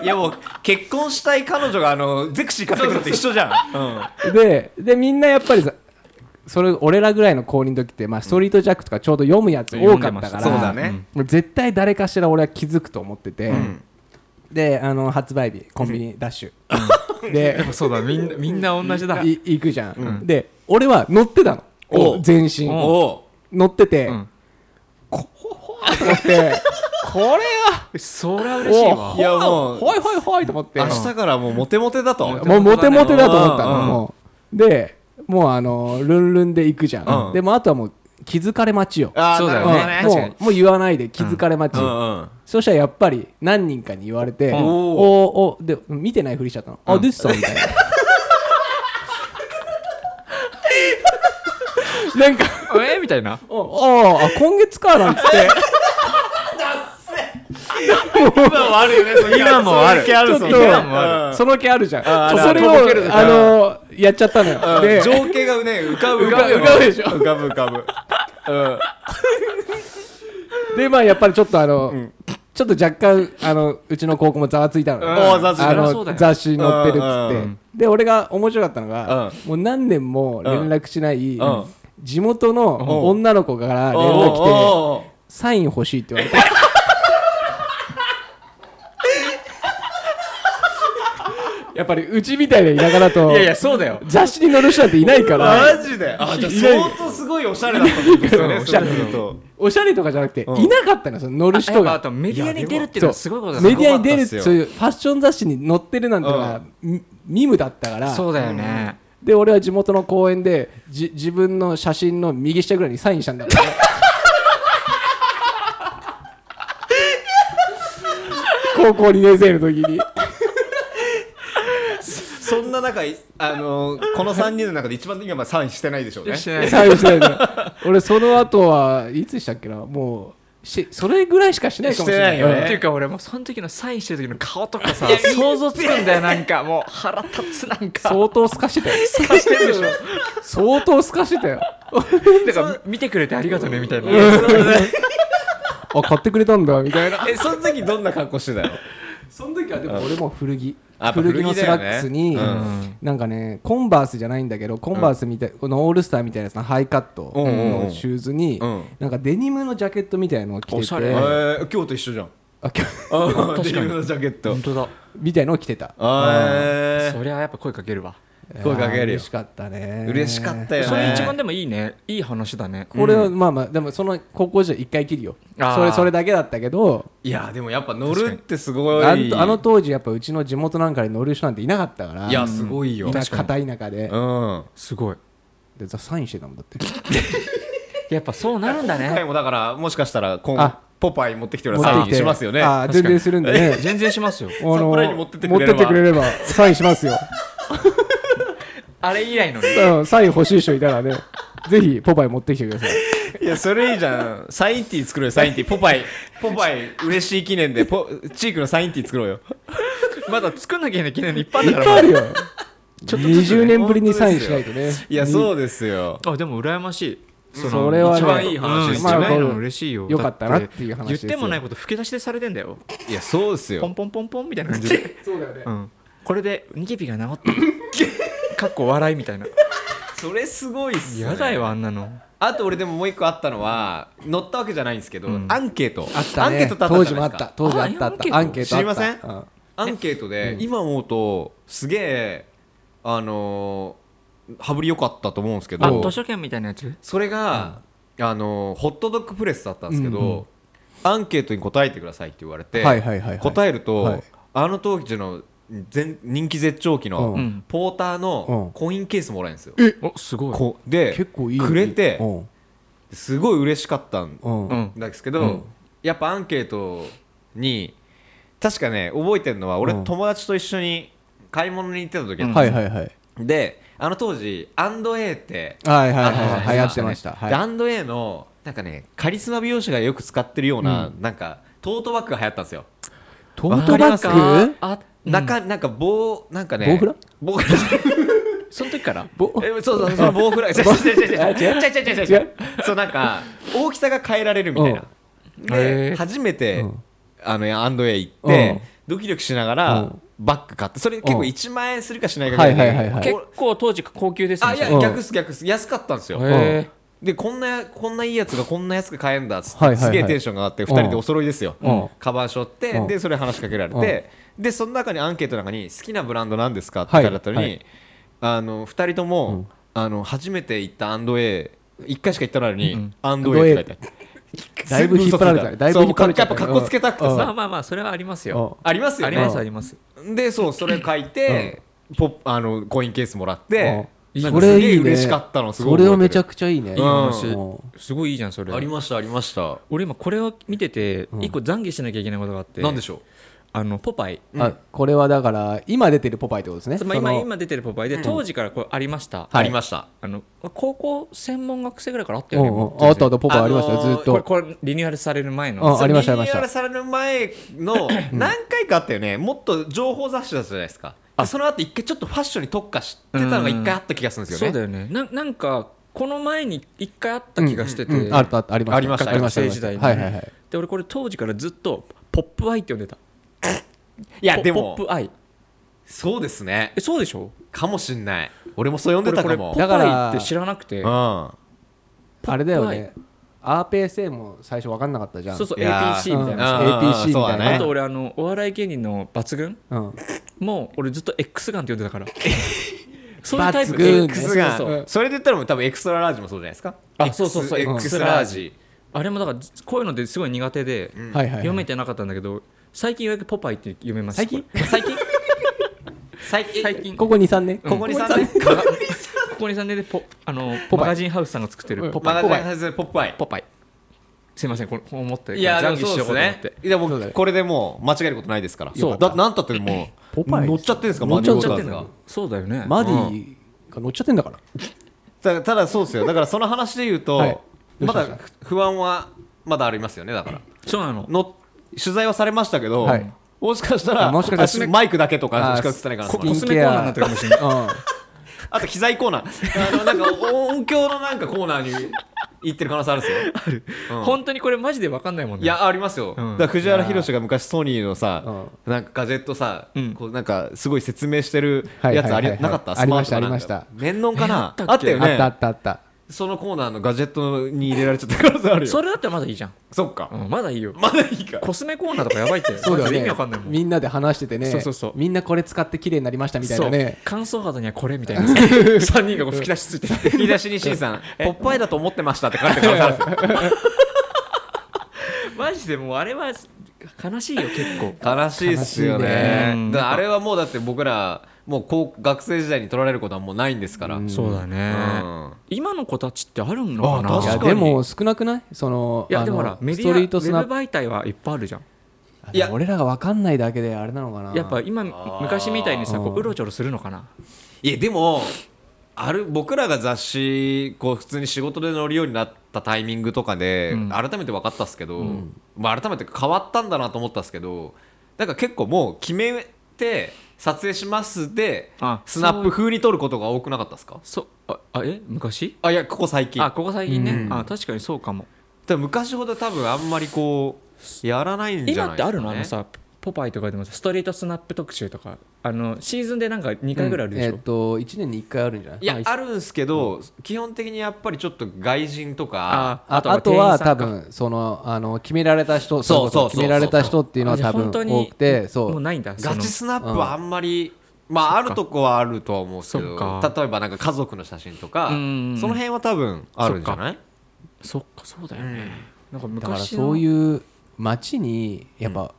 S1: う
S3: いやもう結婚したい彼女があのゼクシー買ってくるのと一緒じゃん。
S1: ででみんなやっぱりさそれ俺らぐらいの高2の時って、まあ、ストリートジャックとかちょうど読むやつ多かったから、
S3: そうだね。
S1: もう絶対誰かしら俺は気づくと思ってて、
S3: ん
S1: であの発売日コンビニダッシュで
S2: そうだみんなみんな同じだ
S1: い行くじゃん、で俺は乗ってたの
S3: お
S1: 全身
S3: お
S1: 乗
S3: お
S1: ってて、
S2: ん
S1: と思ってこれは
S2: そりゃ嬉しい
S1: お
S2: わ
S3: いやもう
S1: ほいほいほいと思って
S3: 明日からもうモテモテだと。
S1: もうモテモテだと思った
S3: う
S1: の
S3: ん
S1: もうでもうあのルンルンで行くじゃん、
S3: うん
S1: でもあとはもう気づかれ待ちよ、
S3: ああ
S2: そうだよね
S3: なる
S1: うん
S3: ほど
S1: もうもう言わないで気づかれ待ち、
S3: うんうん。
S1: そしたらやっぱり何人かに言われて、
S2: ん
S1: おーおーで見てないふりしちゃったの、あ、ですさみたいな。なんか、
S2: えみたいな
S1: おおーあ、今月かなんつって、
S3: 今もあるよねそういう。
S2: 今もある
S3: そういう気
S1: ちょっ
S3: そ
S1: と
S3: ういう気ある
S1: その気あるじゃん。
S3: あー
S1: それ
S3: とぼける
S1: を、あのーやっちゃったのよ。
S3: うん
S1: で、
S3: 情景がね浮かぶ
S1: 浮かぶ浮かぶでしょ
S3: 浮かぶ浮かぶ。うん。
S1: でまあ、やっぱりちょっとあの、ちょっと若干、あの、うちの高校もざわついたのよ。
S3: おお雑誌
S1: あ
S3: だな。
S2: そう
S1: の
S2: だよ
S1: 雑誌に載ってるっ
S3: うん
S1: つ
S3: う
S1: っ
S3: ん
S1: てで俺が面白かったのがもう何年も連絡しない
S3: うん
S1: 地元の女の子から連絡
S3: おお
S1: 来て
S3: おお。
S1: サイン欲しいって言わ れてやっぱりうちみたいな田舎だと
S2: いやいやそうだよ
S1: 雑誌に載る人なんていないから
S3: マジで。あじゃあ相当すごいおしゃれだったんですよね。
S2: おしゃれだ
S3: そういうの
S1: おしゃれとかじゃなくてい
S3: うん
S1: なかったのその載る人
S2: あやっぱあ
S1: が
S2: とメディアに出るってい
S1: そ
S2: うの
S1: う
S2: はすごいことだ
S1: メ
S2: ね
S1: ディアに出る
S3: すごかった
S1: そ
S3: っすよ
S1: ういうファッション雑誌に載ってるなんてのがミミムだったから
S2: そうだよね
S1: で俺は地元の公園でじ自分の写真の右下ぐらいにサインしたんだから ね高校2年生の時に
S3: とそんな中いあのこの三人の中で一番今まあサインしてないでしょうね。
S2: してない
S1: サインしたよね俺その後はいつしたっけなもうしそれぐらいしかしないかもしれない
S3: してないよ
S2: っ
S3: ね
S2: ていうか俺もうその時のサインしてる時の顔とかさ想像つくんだよなんかもう腹立つなんか
S1: 相当すかしてたよ
S2: 透かしてるでしょ
S1: 相当すかしてたよ
S2: だから見てくれてありがとうねみたいな
S1: あ買ってくれたんだみたいな
S3: えその時どんな格好してたの
S1: その時はでも俺も古着
S3: あやっぱ
S1: 古着の
S3: 古着
S1: ス
S3: だよ
S1: ラ
S3: ね
S1: ックスに、
S3: うん
S1: なんかねコンバースじゃないんだけどコンバースみたい、このオールスターみたいなやつのハイカット
S3: うんうんう
S1: の
S3: ん
S1: シューズに、
S3: うん
S1: なんかデニムのジャケットみたいのを着
S2: お
S1: て
S2: してゃれ
S3: え
S2: え
S3: ー今日と一緒じゃん
S1: あきょ
S3: ああ
S2: 確かに
S3: デニムのジャケット
S2: 本当だ
S1: みたいのを着てた
S3: あ
S2: そりゃやっぱ声かけるわ
S3: ー 声かけるよ
S1: 嬉しかったね
S3: 嬉しかったよね
S2: それ一番でもいいねいい話だね
S1: これはまあまあでもその高校時代一回きりよ
S2: あー
S1: それそれだけだったけど
S3: いやでもやっぱ乗るってすごい
S1: あのあの当時やっぱうちの地元なんかに乗る人なんていなかったから
S3: いやすごいよ
S1: 田舎片田舎で
S3: うん
S2: すごい
S1: でザサインしてたもんだって
S2: やっぱそうなるんだ
S3: 今回
S2: ね
S3: もだからもしかしたら今
S1: あ
S3: ポパイ持ってきてる
S1: 持っ
S3: サ
S1: て
S3: イ
S1: き
S3: ン
S1: て
S3: しますよね
S1: あー全然するんでね
S2: 全然しますよ
S1: あの
S3: サプライに持ってってくれれば
S1: 持ってればサインしますよ
S2: あれ以来のね
S1: うんサイン欲しい人いた らねぜひポパイ持ってきてください
S3: いやそれいいじゃんサインティー作ろうよサインテ ィーポパイポパイ嬉しい記念でポチークのサインティー作ろうよ
S2: まだ作んなきゃいけない記念でいっぱい
S1: い
S2: あ
S1: っ
S2: るか
S1: ぱ
S2: ら
S1: いあるよ
S2: ょっとずつね
S1: 20年ぶりにサインしないとね
S3: いやそうですよ
S2: あでも羨ましいの
S1: それはね
S2: 一番いい話です、
S1: まあ
S2: 一番いいの嬉しいよ
S1: よかったなっていう話
S2: 言
S1: で
S2: っ
S1: すよ
S2: てもないこと吹き出しでされてんだよ
S3: いやそうです
S2: ポン
S3: よ
S2: ポンポンポンみたいな感じで、
S1: そうだよね
S2: うん、これでニキビが治った かっこ笑いみたいな
S3: それすごいっすね
S2: やだよあんなの
S3: あと俺でももう一個あったのは乗ったわけじゃないんですけど、
S2: ん
S3: アンケート
S1: あった
S3: アンケー
S1: ね
S3: トってあった
S1: 当
S3: じ
S1: 時
S3: ゃ
S1: もあ
S3: ないで
S1: っ
S3: すか
S1: た当時あったあった
S2: あ
S1: ア
S2: ア
S1: ン
S2: ン
S1: ケ
S2: ケー
S1: ートあった
S3: ト知りまアンケートで、今思うとすげえあのー羽振り良かったと思うんですけ
S2: あ
S3: ど
S2: 図書券みたいなやつ
S3: それが、あのホットドッグプレスだったんですけど、
S1: うん
S3: アンケートに答えてくださいって言われて、
S1: はいはいはいはい
S3: 答えると、
S1: はい
S3: あの当時の全人気絶頂期の、
S1: うん
S3: ポーター
S1: う
S3: の
S1: ん
S3: コインケースもらえるんですよ、
S2: おすごい
S3: こで
S1: 結構いいのに
S3: くれて
S1: うん
S3: すごい嬉しかったん
S1: うん
S2: うん
S3: ですけど、やっぱアンケートに確かね覚えてるのは俺、
S1: うん
S3: 友達と一緒に買い物に行ってた時だったんですよ
S1: はいはいはい
S3: であの当時アンド A って
S1: はいはい
S3: あ
S1: は
S3: ったじゃない
S1: い
S3: です
S1: は
S3: か
S1: い流行ってました
S3: で
S1: は
S3: アンド A のなんかねカリスマ美容師がよく使ってるような、なんかトートバッグが流行ったんですよ、
S1: いトートバッグ
S2: あ
S3: 中なんか棒なんかね
S1: 棒フラ
S3: 棒フラ
S2: その時から
S1: ぼ
S3: えそうそうその棒 フラ違う違う違う違う違う違う違う違う
S1: 違う
S3: そうなんか大きさが変えられるみたい
S2: へ
S3: な、
S2: ー
S3: で初めて、
S1: うん
S3: あのアンド A 行って、
S1: うん
S3: ドキドキしながら、
S1: うん
S3: バッグ買ってそれ結構
S1: うん
S3: 1万円するかしないかぐらいで、
S1: はいはいはいはい
S2: 結構当時高級ですね
S3: あいや
S1: うん
S3: 逆っす逆っす安かったんですよ、
S2: それへ
S3: でこんなこんないいやつがこんな安く買えんだっつって、
S1: はいはいはい
S3: すげえテンションが上がって2人でお揃いですよ、
S1: うん
S3: カバン背負って、
S1: うん
S3: でそれ話しかけられて、でその中にアンケートの中に好きなブランドなんですかって
S1: はい
S3: 書いてあったのに、
S1: はい
S3: あの2人とも、
S1: うん
S3: あの初めて行ったアンド A 1回しか行ったのに、
S2: うん
S3: アンド A って書いてある
S1: だいぶ引っ張られたねだいぶ
S3: そう
S1: 引っ張られちゃ
S3: や
S1: っ
S3: ったぱ
S1: ね
S3: かっこつけたくて
S1: う
S3: さ
S1: ん
S2: まあまあまあそれはありますよ
S3: ありますよ
S2: あり
S3: ね
S2: ますあります
S3: でそうそれ書いてポップあのコインケースもらって
S1: うん
S3: なん
S1: そ
S3: かす
S1: れ
S3: げえ
S1: いいね
S3: 嬉しかったのすご
S1: それ
S3: い覚えてる
S1: はめちゃくちゃいいね
S3: いい話
S1: うん
S2: すごいいいじゃんそれ
S3: ありましたありました
S2: 俺今これを見てて一個懺悔しなきゃいけないことがあって
S3: なんでしょ
S2: あのポパイ
S1: あこれはだから今出てるポパイってことですね
S2: まあ
S1: その
S2: 今今出てるポパイで当時からこれありました
S3: うありました
S2: あの高校専門学生ぐらいからあった
S1: う
S2: よね
S1: んう
S2: もうん
S1: あったあったポパイありました
S3: あ
S1: よ
S3: のー
S1: ずっ
S2: これ
S1: と
S2: これリニューアルされる
S1: あ
S2: 前の
S1: ありましたありまし
S3: リニューア
S1: た
S3: ルされる前 の何回かあったよねもっと情報雑誌だったじゃないですかでその後一回ちょっとファッションに特化してたのが一回あった気がするんです
S2: そ
S3: よ
S2: うだ
S3: ね
S2: よねななんかこの前に一回あった気がしてて
S1: うんあったあったありました
S3: ありました
S1: ありました
S2: 学生時代に
S1: はいはいはい
S2: で俺これ当時からずっとポップアイって呼んでた
S3: いやでも
S2: ポップアイ
S3: そうですね
S2: えそうでしょ
S3: かもしんない俺もそう呼んで
S2: 俺
S3: た
S2: こ
S3: か
S2: れポ
S3: も
S2: ッ
S1: だ
S2: プ
S1: か
S2: ア
S1: ら
S2: イって知らなくて
S3: う
S1: あれだよ
S2: ポ
S1: ね RPSA も最初分かんなかったじゃん
S2: そうそう
S3: いやー
S2: APC みたい
S1: うん
S2: な
S3: うんうんうん
S1: APC み
S3: そう
S1: たい
S3: だ
S1: な
S3: ね
S2: あと俺あのお笑い芸人の抜群
S1: うん
S2: もう俺ずっと X ガンって呼んでた からそういうタイプ
S1: 抜群
S3: ん X
S2: そう
S3: が
S2: そうそう
S3: それで言ったらもう多分エクストララージもそうじゃないですか
S2: あそうそうそう
S3: X- X ラージ
S2: あれもだからこういうのですごい苦手で
S1: はいはいはい
S2: 読めてなかったんだけど最近ようやくポパイって読めました
S1: 最近
S2: これ最近最近最近
S1: ここ23年
S3: ここにさ
S2: ここにさんでポあの
S1: ポパイ
S2: マガジンハウスさんが作ってるポパ
S3: マガ
S2: イ
S3: ジンハウスポップアイ
S2: ポパイすいませんこれこう思って
S3: いやで
S2: 懺
S3: も
S2: 悔し
S3: そ
S2: よ
S3: うで
S2: うか
S3: す
S2: と思っ
S3: ね
S2: て
S3: いや
S1: そう
S3: も
S1: だ
S3: う
S1: ね
S3: これでもう間違えることないですから
S2: そう
S3: だなんたっても
S1: ポ
S3: う
S1: パイ
S3: 乗っちゃってるんですか
S1: 乗っちゃってんの
S3: マリオカートが
S2: そうだよね
S1: マディが乗っちゃってんだから
S3: たただそうですよだからその話で言うと、
S1: はい
S3: まだ不安はまだありますよねだから
S2: そうなの
S3: の取材はされましたけど、
S1: はい
S3: もしかしたら
S1: もしかしたら
S3: あマイクだけとか
S1: あ
S3: しか映ってないから
S1: ス
S3: な
S1: キ
S2: コ
S1: ン
S2: スメコーナーになってるかもしれない
S1: うん
S3: あと機材コーナーあのなんか音響のなんかコーナーに行ってる可能性あるんですようん
S2: 本当にこれマジで分かんないもんね
S3: いやありますよ、
S2: うん
S3: だから藤原宏が昔ソニーのさ、なんかガジェットさ、
S2: うん
S3: こうなんかすごい説明してる
S1: はい
S3: や
S1: はい
S3: つあ
S1: はい
S3: り
S1: はい
S3: なかった
S1: ありました
S3: スマートかなんか
S1: ありました
S3: 年論かな
S2: えあった
S3: あ
S2: っ
S3: っ
S2: け
S3: たよ
S1: あ
S3: ね
S1: ったあったあった
S3: そのコーナーのガジェットに入れられちゃった可能性あるよ
S2: それだったらまだいいじゃん、
S3: そっか、
S2: うんまだいいよ
S3: まだいいか
S2: コスメコーナーとかやばいって
S1: そうだよ
S2: マジで
S1: ね
S2: 意味わかんないもん
S1: みんなで話しててね
S2: そうそうそう
S1: みんなこれ使って綺麗になりましたみたいなね
S2: そう乾燥肌にはこれみたいな3人がこう吹き出しついてる
S3: 引き出しに C さん「ポッパイだと思ってました」って書いてくださるんですよ
S2: マジでもうあれは悲しいよ結構
S3: 悲しいっすよ
S2: 悲
S3: ね
S2: しいね
S3: だからあれはもうだって僕らもう高学生時代に取られることはもうないんですから、うん
S2: そうだね今の子たちってあるのかな
S1: い
S3: あ確
S1: や
S3: かに
S1: でも少なくないその
S2: いや
S1: あ
S2: でも
S1: の
S2: ほらメデ
S1: ス
S2: ィ
S1: ト
S2: ア
S1: リートスナ
S2: ウェ
S1: ッ
S2: ブ媒体はいっぱいあるじゃん
S1: プいや俺らが分かんないだけであれなのかな
S2: やっぱ今昔みたいにさこううろちょろするのかない
S3: やでもある僕らが雑誌こう普通に仕事で乗るようになったタイミングとかで、
S2: うん
S3: 改めて分かったっすけど、まあ、改めて変わったんだなと思ったっすけどなんか結構もう決めて撮影しますで
S2: あ
S3: スナップ風に撮ることが多くなかったっすか
S2: そああえ昔
S3: あいやここ最近
S2: あここ最近ね、
S3: うん
S2: あ確かにそうかも
S3: でも昔ほど多分あんまりこうやらないんじゃ
S2: 今
S3: な
S2: っ
S3: い
S2: て
S3: ですか、ね、
S2: あるのあのさポパイとかでもさストリートスナップ特集とかあのシーズンでなんか2回ぐらいあるでし
S1: え
S2: ょ、
S1: っと1年に1回あるんじゃない
S3: いやあるんすけど、基本的にやっぱりちょっと外人とか
S2: あ
S1: あ
S2: とは
S1: あとは多
S2: 店員さんか
S1: 分そのあの決められた人
S3: そうそうそう
S1: 決められた人っていうのは
S2: あじゃ
S1: 多
S2: あ
S1: 分
S2: 本当に
S1: 多くてそ
S2: もう
S1: う
S2: ないんだその
S3: ガチスナップはあんまり、まああるとこはあるとは思うけ
S2: そっ
S3: ど
S2: か
S3: 例えばなんか家族の写真とか
S2: う
S3: そ
S2: ん
S3: の辺は多分あるんじゃない
S2: そっかそうだよね、なんか
S1: だから
S2: 昔の
S1: そういう街にやっぱ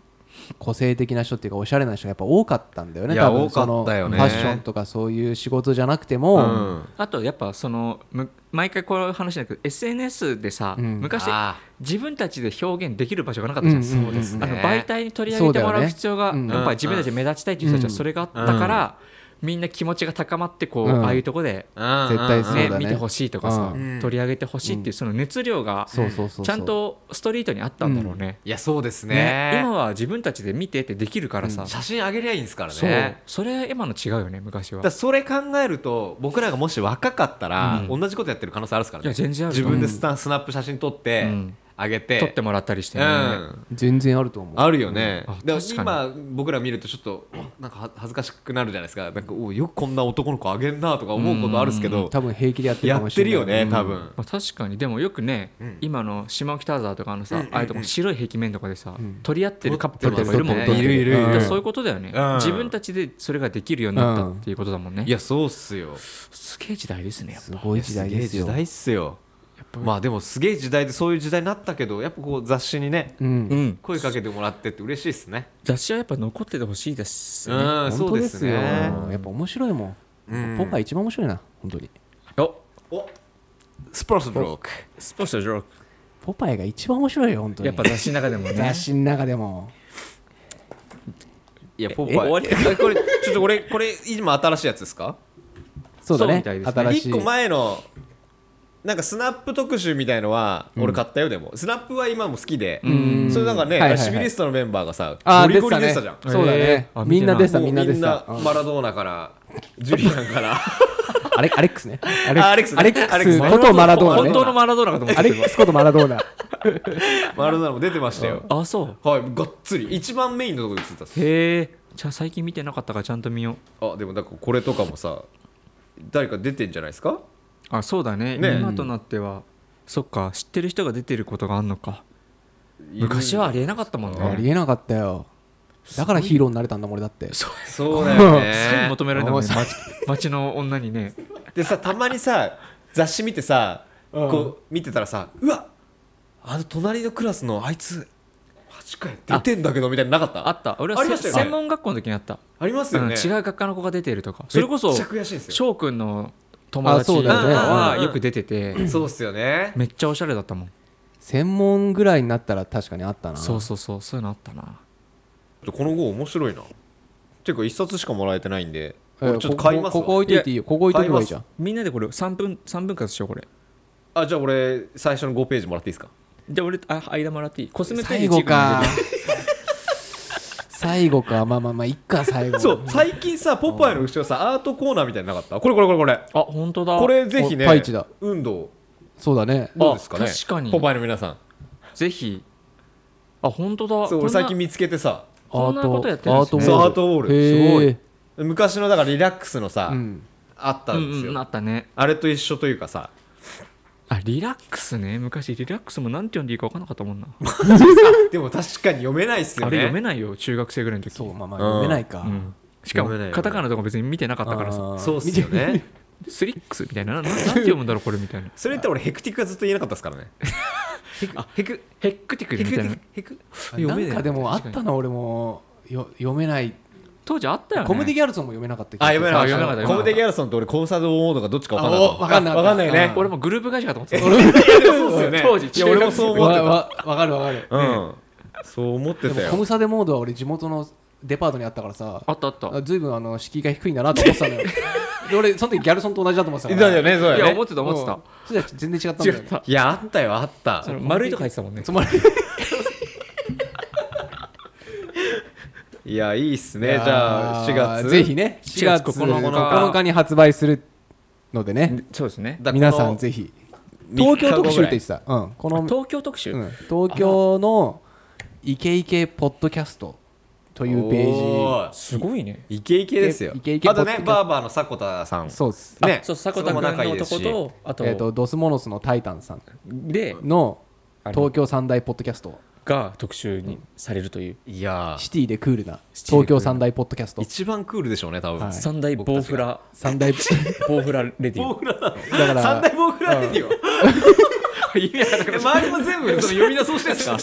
S1: 個性的な人っていうかおしゃれな人がやっぱ多かったんだよね
S3: いや
S1: 多分その
S3: 多かったよね
S1: ファッションとかそういう仕事じゃなくて
S3: う
S1: も
S3: ん
S2: あとやっぱそのむ毎回こういう話だけど SNS でさ、
S1: うん
S2: 昔
S3: あ
S2: 自分たちで表現できる場所がなかったじゃん、
S1: うんうんうんそうです
S3: ね
S2: あの媒体に取り上げてもらう必要
S1: そ
S2: が、
S1: うだよねうん
S2: やっぱり自分たちで目立ちたいっていう人たちはそれがあったから、みんな気持ちが高まってこう、
S1: うん
S2: ああいうとこで、
S3: ーうん
S1: 絶対そうだ
S2: ね
S1: ね
S2: 見てほしいとかさ、
S3: うん
S2: 取り上げてほしいっていうその熱量が
S1: そうそうそうそう
S2: ちゃんとストリートにあったんだろうね,、
S3: いやそうですね
S2: ね今は自分たちで見てってできるからさ、
S3: 写真あげりゃいいんですからね
S2: そう
S3: だか
S2: それ今の違うよね昔は
S3: らそれ考えると僕らがもし若かったら、
S2: う
S3: 同じことやってる可能性あるですから
S2: い
S3: ね
S2: や全然ある
S3: 自分でスタスナップ写真撮って、
S2: うん
S3: あげて
S2: 撮ってもらったりして
S3: う
S2: ね、
S3: ん
S1: 全然あると思う
S3: あるよね、
S2: うんあ
S3: だ
S2: 確
S3: か
S2: から
S3: 今僕ら見るとちょっと おなんかは恥ずかしくなるじゃないですかなんかおよくこんな男の子あげんなとか思うことあるんですけど
S1: 多分平気でやってる
S3: や
S1: かも
S3: っ
S1: して
S3: る
S1: れない
S3: よね多分
S2: まあ、確かにでもよくね、今の下北沢とかのさ、
S3: うんうんうん
S2: ああいうとこ白い壁面とかでさ、取り合ってるカップルとかい
S3: 撮
S2: る
S3: っ
S2: も
S3: て
S2: んね
S3: る撮ってるいるいるいる
S2: だからそういうことだよね、
S3: うん
S2: 自分たちでそれができるようになったっていうことだもんね、
S3: いやそうっすよ
S2: すげえ時代ですねやっ
S1: す
S2: ぱ
S1: ごい時代ですよ
S3: いやげえ時代っすよまあでもすげえ時代でそういう時代になったけどやっぱこう雑誌にね
S1: うん
S2: うん
S3: 声かけてもらってって嬉しいですね
S2: 雑誌はやっぱ残っててほしいです
S3: う
S2: ね、
S3: ん
S1: 本
S3: そ
S1: 当
S3: うで
S1: ですすよ
S3: ね
S1: やっぱ面白いも
S3: うん
S1: んポパイ一番面白いな本当に
S2: お
S3: おスプロスブロック
S2: スポーツとジョーク
S1: ポパイが一番面白いよ本当に
S2: やっぱ雑誌の中でもね
S1: 雑誌の中でも
S3: いやポ
S2: え終わ
S3: パ
S2: り
S3: イえ これちょっと俺これ今新しいやつですか
S1: そうだ
S2: そう
S1: ね
S2: みたいですね
S1: 新し
S3: 一
S1: い
S3: 個前のなんかスナップ特集みたいのは俺買ったよでも、スナップは今も好きで
S1: ん
S3: それなんかね、
S1: はいはいはい
S3: ラシビリストのメンバーがさ
S1: あー
S3: ゴリゴリ出てたじゃ
S1: ね
S3: ん
S1: そうだね
S2: えーあ
S1: みんな出てた
S3: も
S1: み
S3: うん
S1: な出
S3: み
S1: て
S3: ん
S1: た
S3: な
S1: うん
S3: マラドーナからジュリアンから
S1: アレアレックスねア
S3: あアレックスね
S1: アレッ
S3: アレ
S1: ク
S3: ックス
S1: ス
S3: ね
S1: ことマラドーナね
S2: 本当のマラドーナかと思っ
S1: アレ
S2: て
S1: ックスことマラドーナ
S3: マラドーナも出てましたよ
S2: あそう
S3: はいがっつり一番メインのところで映ってたっす
S2: へえじゃあ最近見てなかったからちゃんと見よう
S3: あでもなんかこれとかもさ誰か出てんじゃないですか
S2: あそうだね
S3: ね
S2: 今となっては、そっか知ってる人が出てることがあんのか
S3: いる
S2: 昔はありえなかったもん
S1: あり
S2: ね
S1: えなかったよだからヒーローになれたんだもん俺だってそ
S3: そうだ
S2: サイ
S3: よ
S2: ン
S3: ね
S2: 求められたもんね
S1: あ
S2: 街街の女にね
S3: でさたまにさ雑誌見てさ、こう見てたらさうわあの隣のクラスのあいつマジかよ出てんだけどみたいなのなかった
S2: あった俺
S3: あ
S2: は
S3: りました
S2: せ
S3: よね
S2: 専門学校の時にあった、
S3: ありますよ
S2: うん
S3: ね
S2: 違う学科の子が出てるとかそれこそ
S3: めっちゃ悔しいんですよ
S2: 翔くんの友達
S1: あそうだよ
S3: ね
S2: は
S3: うん
S2: よく出てて、
S3: そうっすよね
S2: めっちゃおしゃれだったもん
S1: 専門ぐらいになったら確かにあったな
S2: そうそうそうそういうのあったな
S3: この号面白いなていうか一冊しかもらえてないんで
S1: え
S3: 俺ちょっと買います
S1: ここここ
S3: わ
S1: 置いといていいよここ置いといてばいいじゃん
S2: みんなでこれ3分三分割しようこれ
S3: あじゃあ俺最初の5ページもらっていいですか
S2: で俺あ間もらっていいコスメ
S1: 最後か最後かまあまあまあいっか最後
S3: そう最近さポパイの後ろさアートコーナーみたいなのなかったこれこれこれこれ
S2: あ本当だ
S3: これぜひね
S1: おパイチだ
S3: 運動
S1: そうだね
S3: どうですかね
S2: あ確かに
S3: ポパイの皆さ
S2: ぜひあ本当だ
S3: んそう
S2: こん
S3: 俺
S2: な
S3: 最近見つけてさ
S1: ア
S2: こんなことや
S1: ー
S2: って
S1: ト
S2: る
S1: ア
S2: ん
S1: ー
S2: です
S1: ト
S2: ね
S1: ボール
S3: そうアートボール
S1: へ
S3: す昔のだからリラックスのさ
S1: うん
S3: あったんです
S2: うんうん、あ
S3: よ
S2: ったね
S3: あれと一緒というかさ
S2: あリラックスね昔リラックスもなんて読んでいいか分からなかったもんな、
S3: でも確かに読めないっすよ
S2: あれ
S3: ね
S2: 読めないよ中学生ぐらいの時
S1: そうまあまあ
S3: うん
S1: 読めないか、
S2: うん、しか
S3: 読め
S2: も
S3: ないよ
S2: カタカナとか別に見てなかったから
S1: あ
S2: さ
S1: ー
S3: そうっすよね
S2: スリックスみたいなな ななんて読むんだろうこれみたいな
S3: それって俺ヘクティクはずっと言えなかったですからね
S2: あヘクヘックティク
S3: ヘ
S2: ル
S3: ク
S2: み
S3: テ
S2: たいな
S3: ィクヘク
S1: な
S3: ねえ
S1: んかでもあったな俺もよ読めない、
S2: 当時あったよね
S1: コメディギャルズも読めなかった
S3: あ読めなかった
S2: あ読めなかった
S3: コムデ・ギャルソンと俺コンサート・オードがどっちか
S1: あお分かんなかった
S3: 分かんないね
S1: あ
S2: 俺もグループ会社かと思ってた
S3: そうっすよね
S2: 当時
S3: いや俺もそう思っ
S1: わ
S3: てた
S1: わわかるわかる
S3: うんそう思って
S1: で
S3: た
S1: もコ
S3: よ
S1: ムサデモードは俺地元のデパートにあったからさ
S2: あったあった
S1: あずいぶんあの敷居が低いんだなと思って たのよで俺その時ギャルソンと同じだと思ってたから
S3: だよねそう
S2: い
S3: だ
S2: や
S3: よ
S2: 思っ
S3: ね
S2: てた思ってた
S1: そしたら全然違ったんだよ
S2: 違
S1: ね、
S2: った
S3: いやあったよあった
S2: その丸いとか入ってたもんね
S1: つまり
S3: いやいいっす
S1: い
S3: ね
S1: やー
S3: じゃあ4月
S1: ぜひね
S2: 4
S1: 4
S2: 月
S1: 月
S2: 9日
S1: 9日に発売するのでね
S2: そうですね
S3: だから
S1: 皆さ
S3: こ
S1: ん
S3: の
S1: ぜひ
S3: 三
S1: 東
S3: 日
S1: 京
S3: 後
S1: 特集
S3: ぐ
S1: っ
S3: ら
S1: て
S3: い
S1: 言ってた、うん、この
S2: 東京特集、
S1: うん東京のイケイケポッドキャストというページ
S3: おー
S2: すごいね
S3: イケイケですよ
S1: イケイケ
S3: あと
S1: ポッ
S3: ね
S1: ドキャスト
S3: バーバーの迫田さん
S1: そうです、
S3: ね
S2: あそう迫田君
S3: そこも仲い
S2: の
S3: いです
S2: 男
S3: し
S2: とあと,、
S1: えー、とドスモノスのタイタンさん
S2: で
S1: の
S2: あの
S1: 東京三大ポッドキャスト
S2: が特集にされるという、
S3: いやー
S1: シティでクールな
S2: ティでクールな
S1: 東京三大ポッドキャスト
S3: 一番クールでしょうね多分
S1: はい
S2: 三大ボウフラ
S1: 三大
S2: ボウフラレディオ
S3: 僕らな
S1: だ
S3: の
S1: から
S3: 三大僕らレディオ
S2: 意味わかんなくなっちゃっ
S3: 周りも全 部その 呼び出そうしてるんですか
S2: た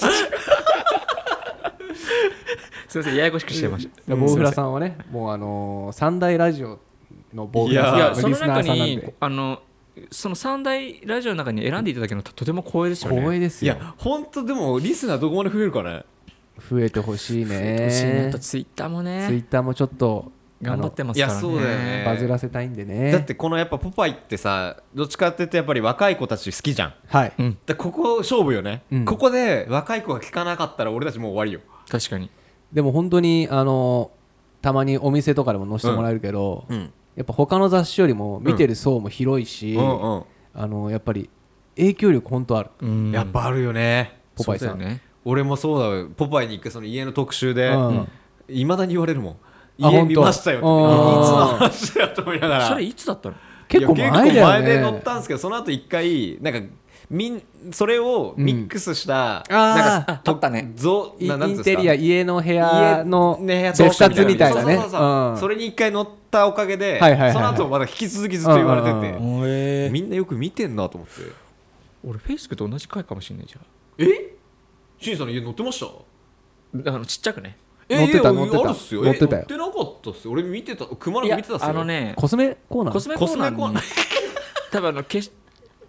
S2: すいませんややこしくしてました、
S1: ボウフラさんはねもうあのー三大ラジオのボウフラ
S3: い
S2: い
S3: や
S2: や
S1: さんのリス
S2: その
S1: ナー
S2: 中
S1: さんなん
S2: に
S1: で
S2: あのその三大ラジオの中に選んでいただけるのととても光栄ですよね
S1: 光栄
S2: で
S1: です
S3: い
S1: よ
S3: や本当でもリスナーどこまで増えるかね
S1: 増えてほしいね
S2: しいねあと
S1: ツ
S2: ツイッターもね
S1: イッターもちょっと
S2: 頑張ってます
S3: い
S2: からね
S3: やそうだよ
S1: あの
S3: ね
S1: バズらせたいんでね
S3: だってこのやっぱポパイってさどっちかって言ってやっぱり若い子たち好きじゃん
S1: はい、
S2: うん
S3: でここ勝負よね、
S1: うん
S3: ここで若い子が聞かなかったら俺たちもう終わりよ
S2: 確かに
S1: でも本当にあのたまにお店とかでも載せてもらえるけど、
S3: うん
S1: やっぱ他の雑誌よりも見てる層も広いし、
S3: うんう
S1: あのやっぱり影響力本当ある、
S3: んやっぱあるよね
S1: ポパイさん
S2: そうだよね
S3: 俺もそうだよポパイに行くその家の特集で
S1: うん
S3: いま、未だに言われるもん
S1: あ
S3: 家
S1: 本当
S3: 見ましたよっていつ
S1: うん
S3: の話だよと思いながら
S2: それいつだったの
S1: 結構
S3: いや
S1: 前だよね
S3: 結構前で乗ったんですけどその後一回なんかみんそれをミックスした、
S1: うん
S3: なん
S2: あ
S3: か
S2: ーあったね
S3: ぞ
S1: イ
S3: ななんていうん
S1: ン
S3: です
S1: テ
S3: か
S1: リア家の部屋の
S3: ね
S1: 別冊みたいなね
S3: そうそうそうそう
S1: うん
S3: それに一回乗ったおかげで、
S1: はいはいはいはい
S3: その後まだ引き続きずっと言われてて、
S1: うん
S2: え
S3: みんなよく見てんなと思って
S2: 俺フェイスクと同じ回かもしれないじゃん
S3: えしんさんの家乗ってました
S2: あのちっちゃくね
S3: え
S1: 乗ってた
S3: いや
S1: 乗ってた
S3: あるっすよ
S1: 乗ってたよ
S3: え乗ってなかったっすよ俺見てた熊
S2: い
S3: 野
S2: や
S3: 見てたっすよ
S2: あのね
S1: コスメコーナー
S2: コスメコーナーに
S3: コスメコーナ
S2: 多分あのけし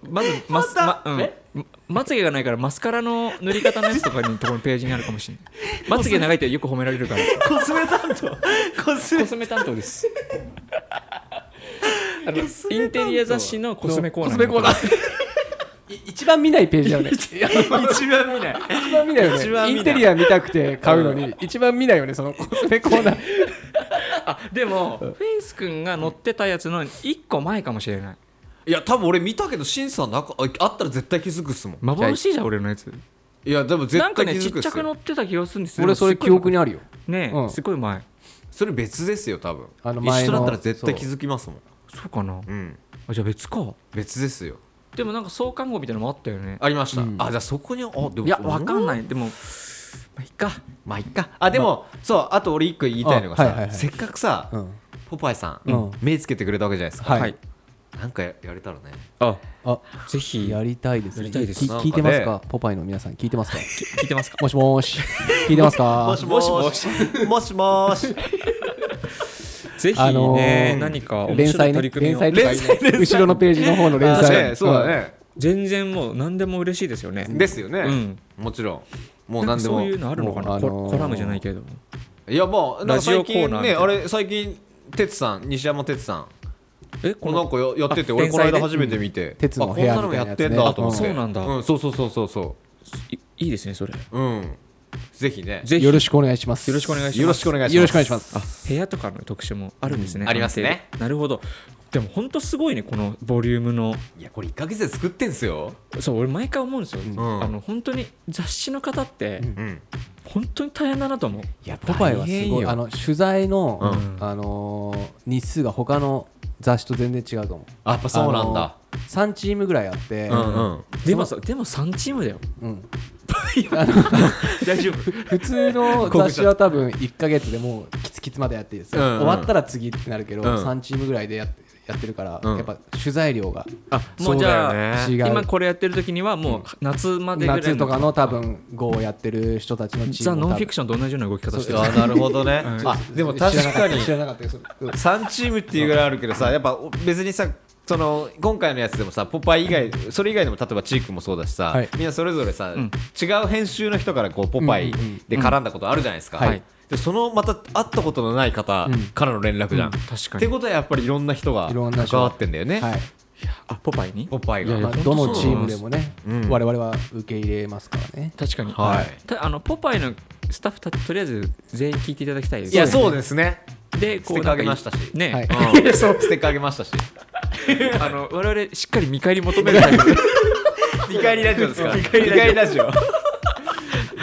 S2: まずままうん、まつげがないからマスカラの塗り方のやつとかにところのページにあるかもし れないまつげ長いってよく褒められるから
S3: コスメ担当コス
S2: コ
S3: メ
S2: スメ担当ですあのインテリア雑誌のコスメコー
S1: コ
S2: ナー
S1: スメコーナ
S2: ー
S1: い一番見ないページ だよね
S3: 一番見ない
S1: 一番見ないよ
S3: 一番
S1: ね
S3: 見な
S1: イ
S3: い
S1: ンテリア見たくて買うのに一番見ないよねそのコスメコ ーナー
S2: あでもフェイス君が乗ってたやつの一個前かもしれない
S3: いや多分俺見たけどしんさんなんかああったら絶対気づくっすもん
S2: 幻じゃん俺のやつ
S3: いやでも絶
S2: な
S3: 対
S2: んかねち
S3: 気づく
S2: っ
S3: っ
S2: ち
S3: す
S2: ゃく乗
S3: よ
S2: ってた気がするんですよ
S1: 俺それ記憶にあるよ
S2: ねえ、
S1: うん
S2: すごい前
S3: それ別ですよ多分
S1: あの前の
S3: 一緒だったら絶対気づきますもん
S2: そうかな
S3: うん
S2: あじゃあ別か
S3: 別ですよ
S2: でもなんか創刊号みたいなのもあったよね
S3: ありました、
S1: うん
S3: あじゃあそこにあでも
S2: いやわかん
S3: い
S2: ないでもまあいっか
S3: まあいっかあでも、そうあと俺一個言いたいのがさ、
S1: あはいはいはい
S3: せっかくさ、
S1: うん
S3: ポパイさん、
S1: うん
S3: 目つけてくれたわけじゃないですか、
S1: はい、
S2: はい
S3: なんかややれたらね
S2: あ
S1: あ
S2: ぜひ
S1: やりたいですね
S2: やりたいです
S1: き聞いてますか
S3: なん
S1: ポパイの皆さん聞いてますか
S2: 聞いてますか
S1: もしもーし聞いてますか
S3: もしもしもしも し
S2: ぜひね、
S1: あのー
S2: 何か面
S1: 連
S2: 白
S1: 載
S2: い取
S1: ね
S2: り組み
S1: 連
S2: を
S1: 載とかいいね
S3: 連載連載
S1: 後ろのページの方の連
S3: 確か
S1: 載
S3: にそうだね、
S2: 全然もう何でも嬉しいですよね
S3: ですよね、
S2: うん
S3: もちろんもう
S2: なんか
S3: 何でも
S2: そういうのあるのかな、
S1: もうあのー
S2: ココラムじゃないけど
S3: いやまあなんか最近
S2: ラジオコーナーみたい
S3: ね
S2: な
S3: あれ最近哲さん西山哲さん
S2: え
S3: この子ややってて
S2: あ
S3: 俺この
S2: 天才
S3: 間
S2: ね
S3: 初めて見て、
S1: ん鉄の部屋
S3: あこんなのやってん
S1: みたいなやつね
S3: だと思って
S2: あそうなんだ
S3: そうそうそうそうそ
S2: いいいですねそれ
S3: うんぜひね
S2: ぜひ
S1: よろしくお願いします。
S2: よろしくお願いします
S3: よろしくお願いします
S1: よろしくお願いします。
S2: あ部屋とかの特集もあるんですね、
S3: うんありますね
S2: なるほどでも本当すごいねこのボリュームの
S3: いやこれ1か月で作ってんすよ
S2: そう俺毎回思うんですよ、
S3: ん
S2: あの本当に雑誌の方って
S3: うん
S2: 本当に大変だなと思う、
S3: いや
S1: ポパイはすごい、あの取材の、
S3: う
S1: あのー日数が他の雑誌と全然違うと思う。
S3: あやっぱそうなんだ
S1: 3チームぐらいあって、
S3: うんうん
S2: でもさでも3チームだよ
S1: うん
S2: 大丈 夫
S1: 普通の雑誌は多分1か月でもうキツキツまでやってるんですよ、
S3: うんうん
S1: 終わったら次ってなるけど、
S3: うん
S1: 3チームぐらいでやってやってるから、
S3: うん
S1: やっぱ取材量が
S3: あ
S2: もうじゃあ
S1: 違う
S2: 今これやってる時にはもう夏までぐらいの
S1: 夏とかの多分号をやってる人たちのチー
S2: ザ・
S1: ムも
S2: ノン
S1: 多
S2: フィ
S1: 分
S2: クションと同じような動き方してる
S3: あなるほどね、あでも確かに
S1: 知らなかった知らなかったよそれうん
S3: 3チームっていうぐらいあるけどさやっぱ別にさその今回のやつでもさポパイ以外それ以外でも例えばチークもそうだしさ、
S1: はい
S3: みんなそれぞれさ、
S2: ん
S3: 違う編集の人からこうポパイで絡んだことあるじゃないですか、
S1: はい
S3: でそのまた会ったことのない方からの連絡じゃん、
S2: うん確かに
S3: ってことはやっぱりいろんな人が
S1: いろんな人
S3: 関わってんだよね、
S1: はい
S2: あポパイに
S3: ポパイ
S2: いや
S3: が
S2: い
S1: ま
S2: や
S1: あ
S2: 本
S1: ど
S2: 当そう
S1: のチームでもね、
S3: うん
S1: 我々は受け入れますからね。
S2: 確かに、
S3: はい
S2: たあのポパイのスタッフたちとりあえず全員聞いていただきたいです
S3: いやそうですね
S2: で
S3: ス
S2: こ
S3: テ
S2: う
S3: ッカ
S2: な
S3: ーあ
S2: ん
S3: げ
S2: か
S3: ましたし、
S2: ね、
S1: はい
S3: うんステッカーあげま したし
S2: あの我々しっかり見返り求めるタイプ
S3: 見返りラジオですから見返りラ ジオ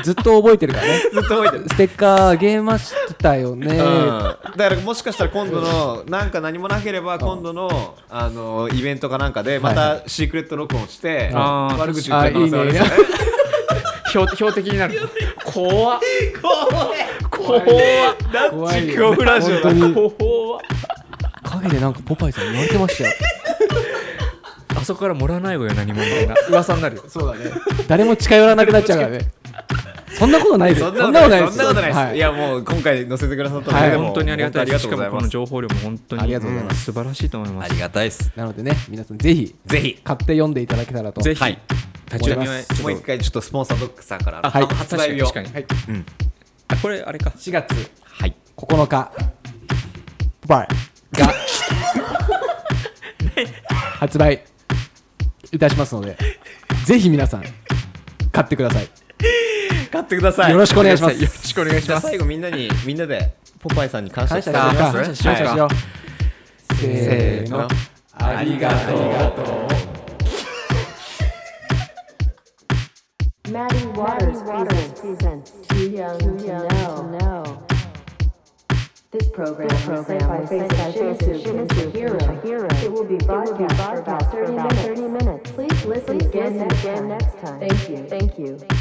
S3: ずっ
S1: ずっと覚えてるからね。
S3: と覚えてる
S1: ステッカーあげましたよね。
S3: うんだからもしかしたら今度のなんか何もなければ今度のあのイベントかなんかでまたシークレット録音して
S2: あー
S3: 悪口言っ
S1: あ、
S3: て
S1: いいね。
S3: る
S1: いいね
S2: 標標的になる怖っ怖っ
S1: 怖い
S3: 怖
S1: よ
S3: いラジオだ
S1: 本当に
S2: 怖っ
S1: 陰でなんかポパイさん言われてましたよ。
S2: あそこからもらわないわよ何もみたいな噂になるよ
S1: そうだね。誰も近寄らなくなっちゃうから ね。そんなことないです。
S3: そんなことないです
S1: そ
S3: そん
S1: ん
S3: な
S1: な
S3: こ
S1: ことと
S3: な
S1: ないいですす
S3: で、い、
S1: はい
S3: やもう今回載せてくださったの
S1: は
S3: で
S1: い
S3: でも
S2: 本当にありがたいですしか
S3: 本当にありがとうござい
S2: もこ
S3: ま
S2: の
S3: す
S2: 情報量も本当に
S1: ありがとうございます
S2: ん素晴らしいと思いま
S3: あ
S2: す
S3: りがたいです
S1: なのでね、皆さんぜひ
S3: ぜひ
S1: 買って読んでいただけたらと。
S2: ぜひ、
S3: はい
S2: 立ち読み
S1: 思
S2: はい
S3: もう一回ちょっとスポンサードックさんから
S2: あ
S3: あの
S2: はい
S3: 発売日を
S2: 確かに
S1: はい。
S2: あこれあれか
S1: 4月
S3: はい
S1: 9日、ポパイ が発売いたしますので、ぜひ皆さん買ってください。
S3: 買ってください
S1: よろしくお願いします
S3: よろしくお願いします最後みんなにみんなでポパイさんに感
S1: 感
S3: 謝して
S1: 謝
S3: あ
S1: しようか。
S3: げます
S1: 感謝しよう。
S3: はい
S1: せーの。
S3: ありがとう
S4: Maddie Waters, presents, Too Young, to, know. This program, was sent by Shimizu, Shimizu Hero. It will be broadcast for about 30 minutes. Please listen again next time. Thank you. Thank you.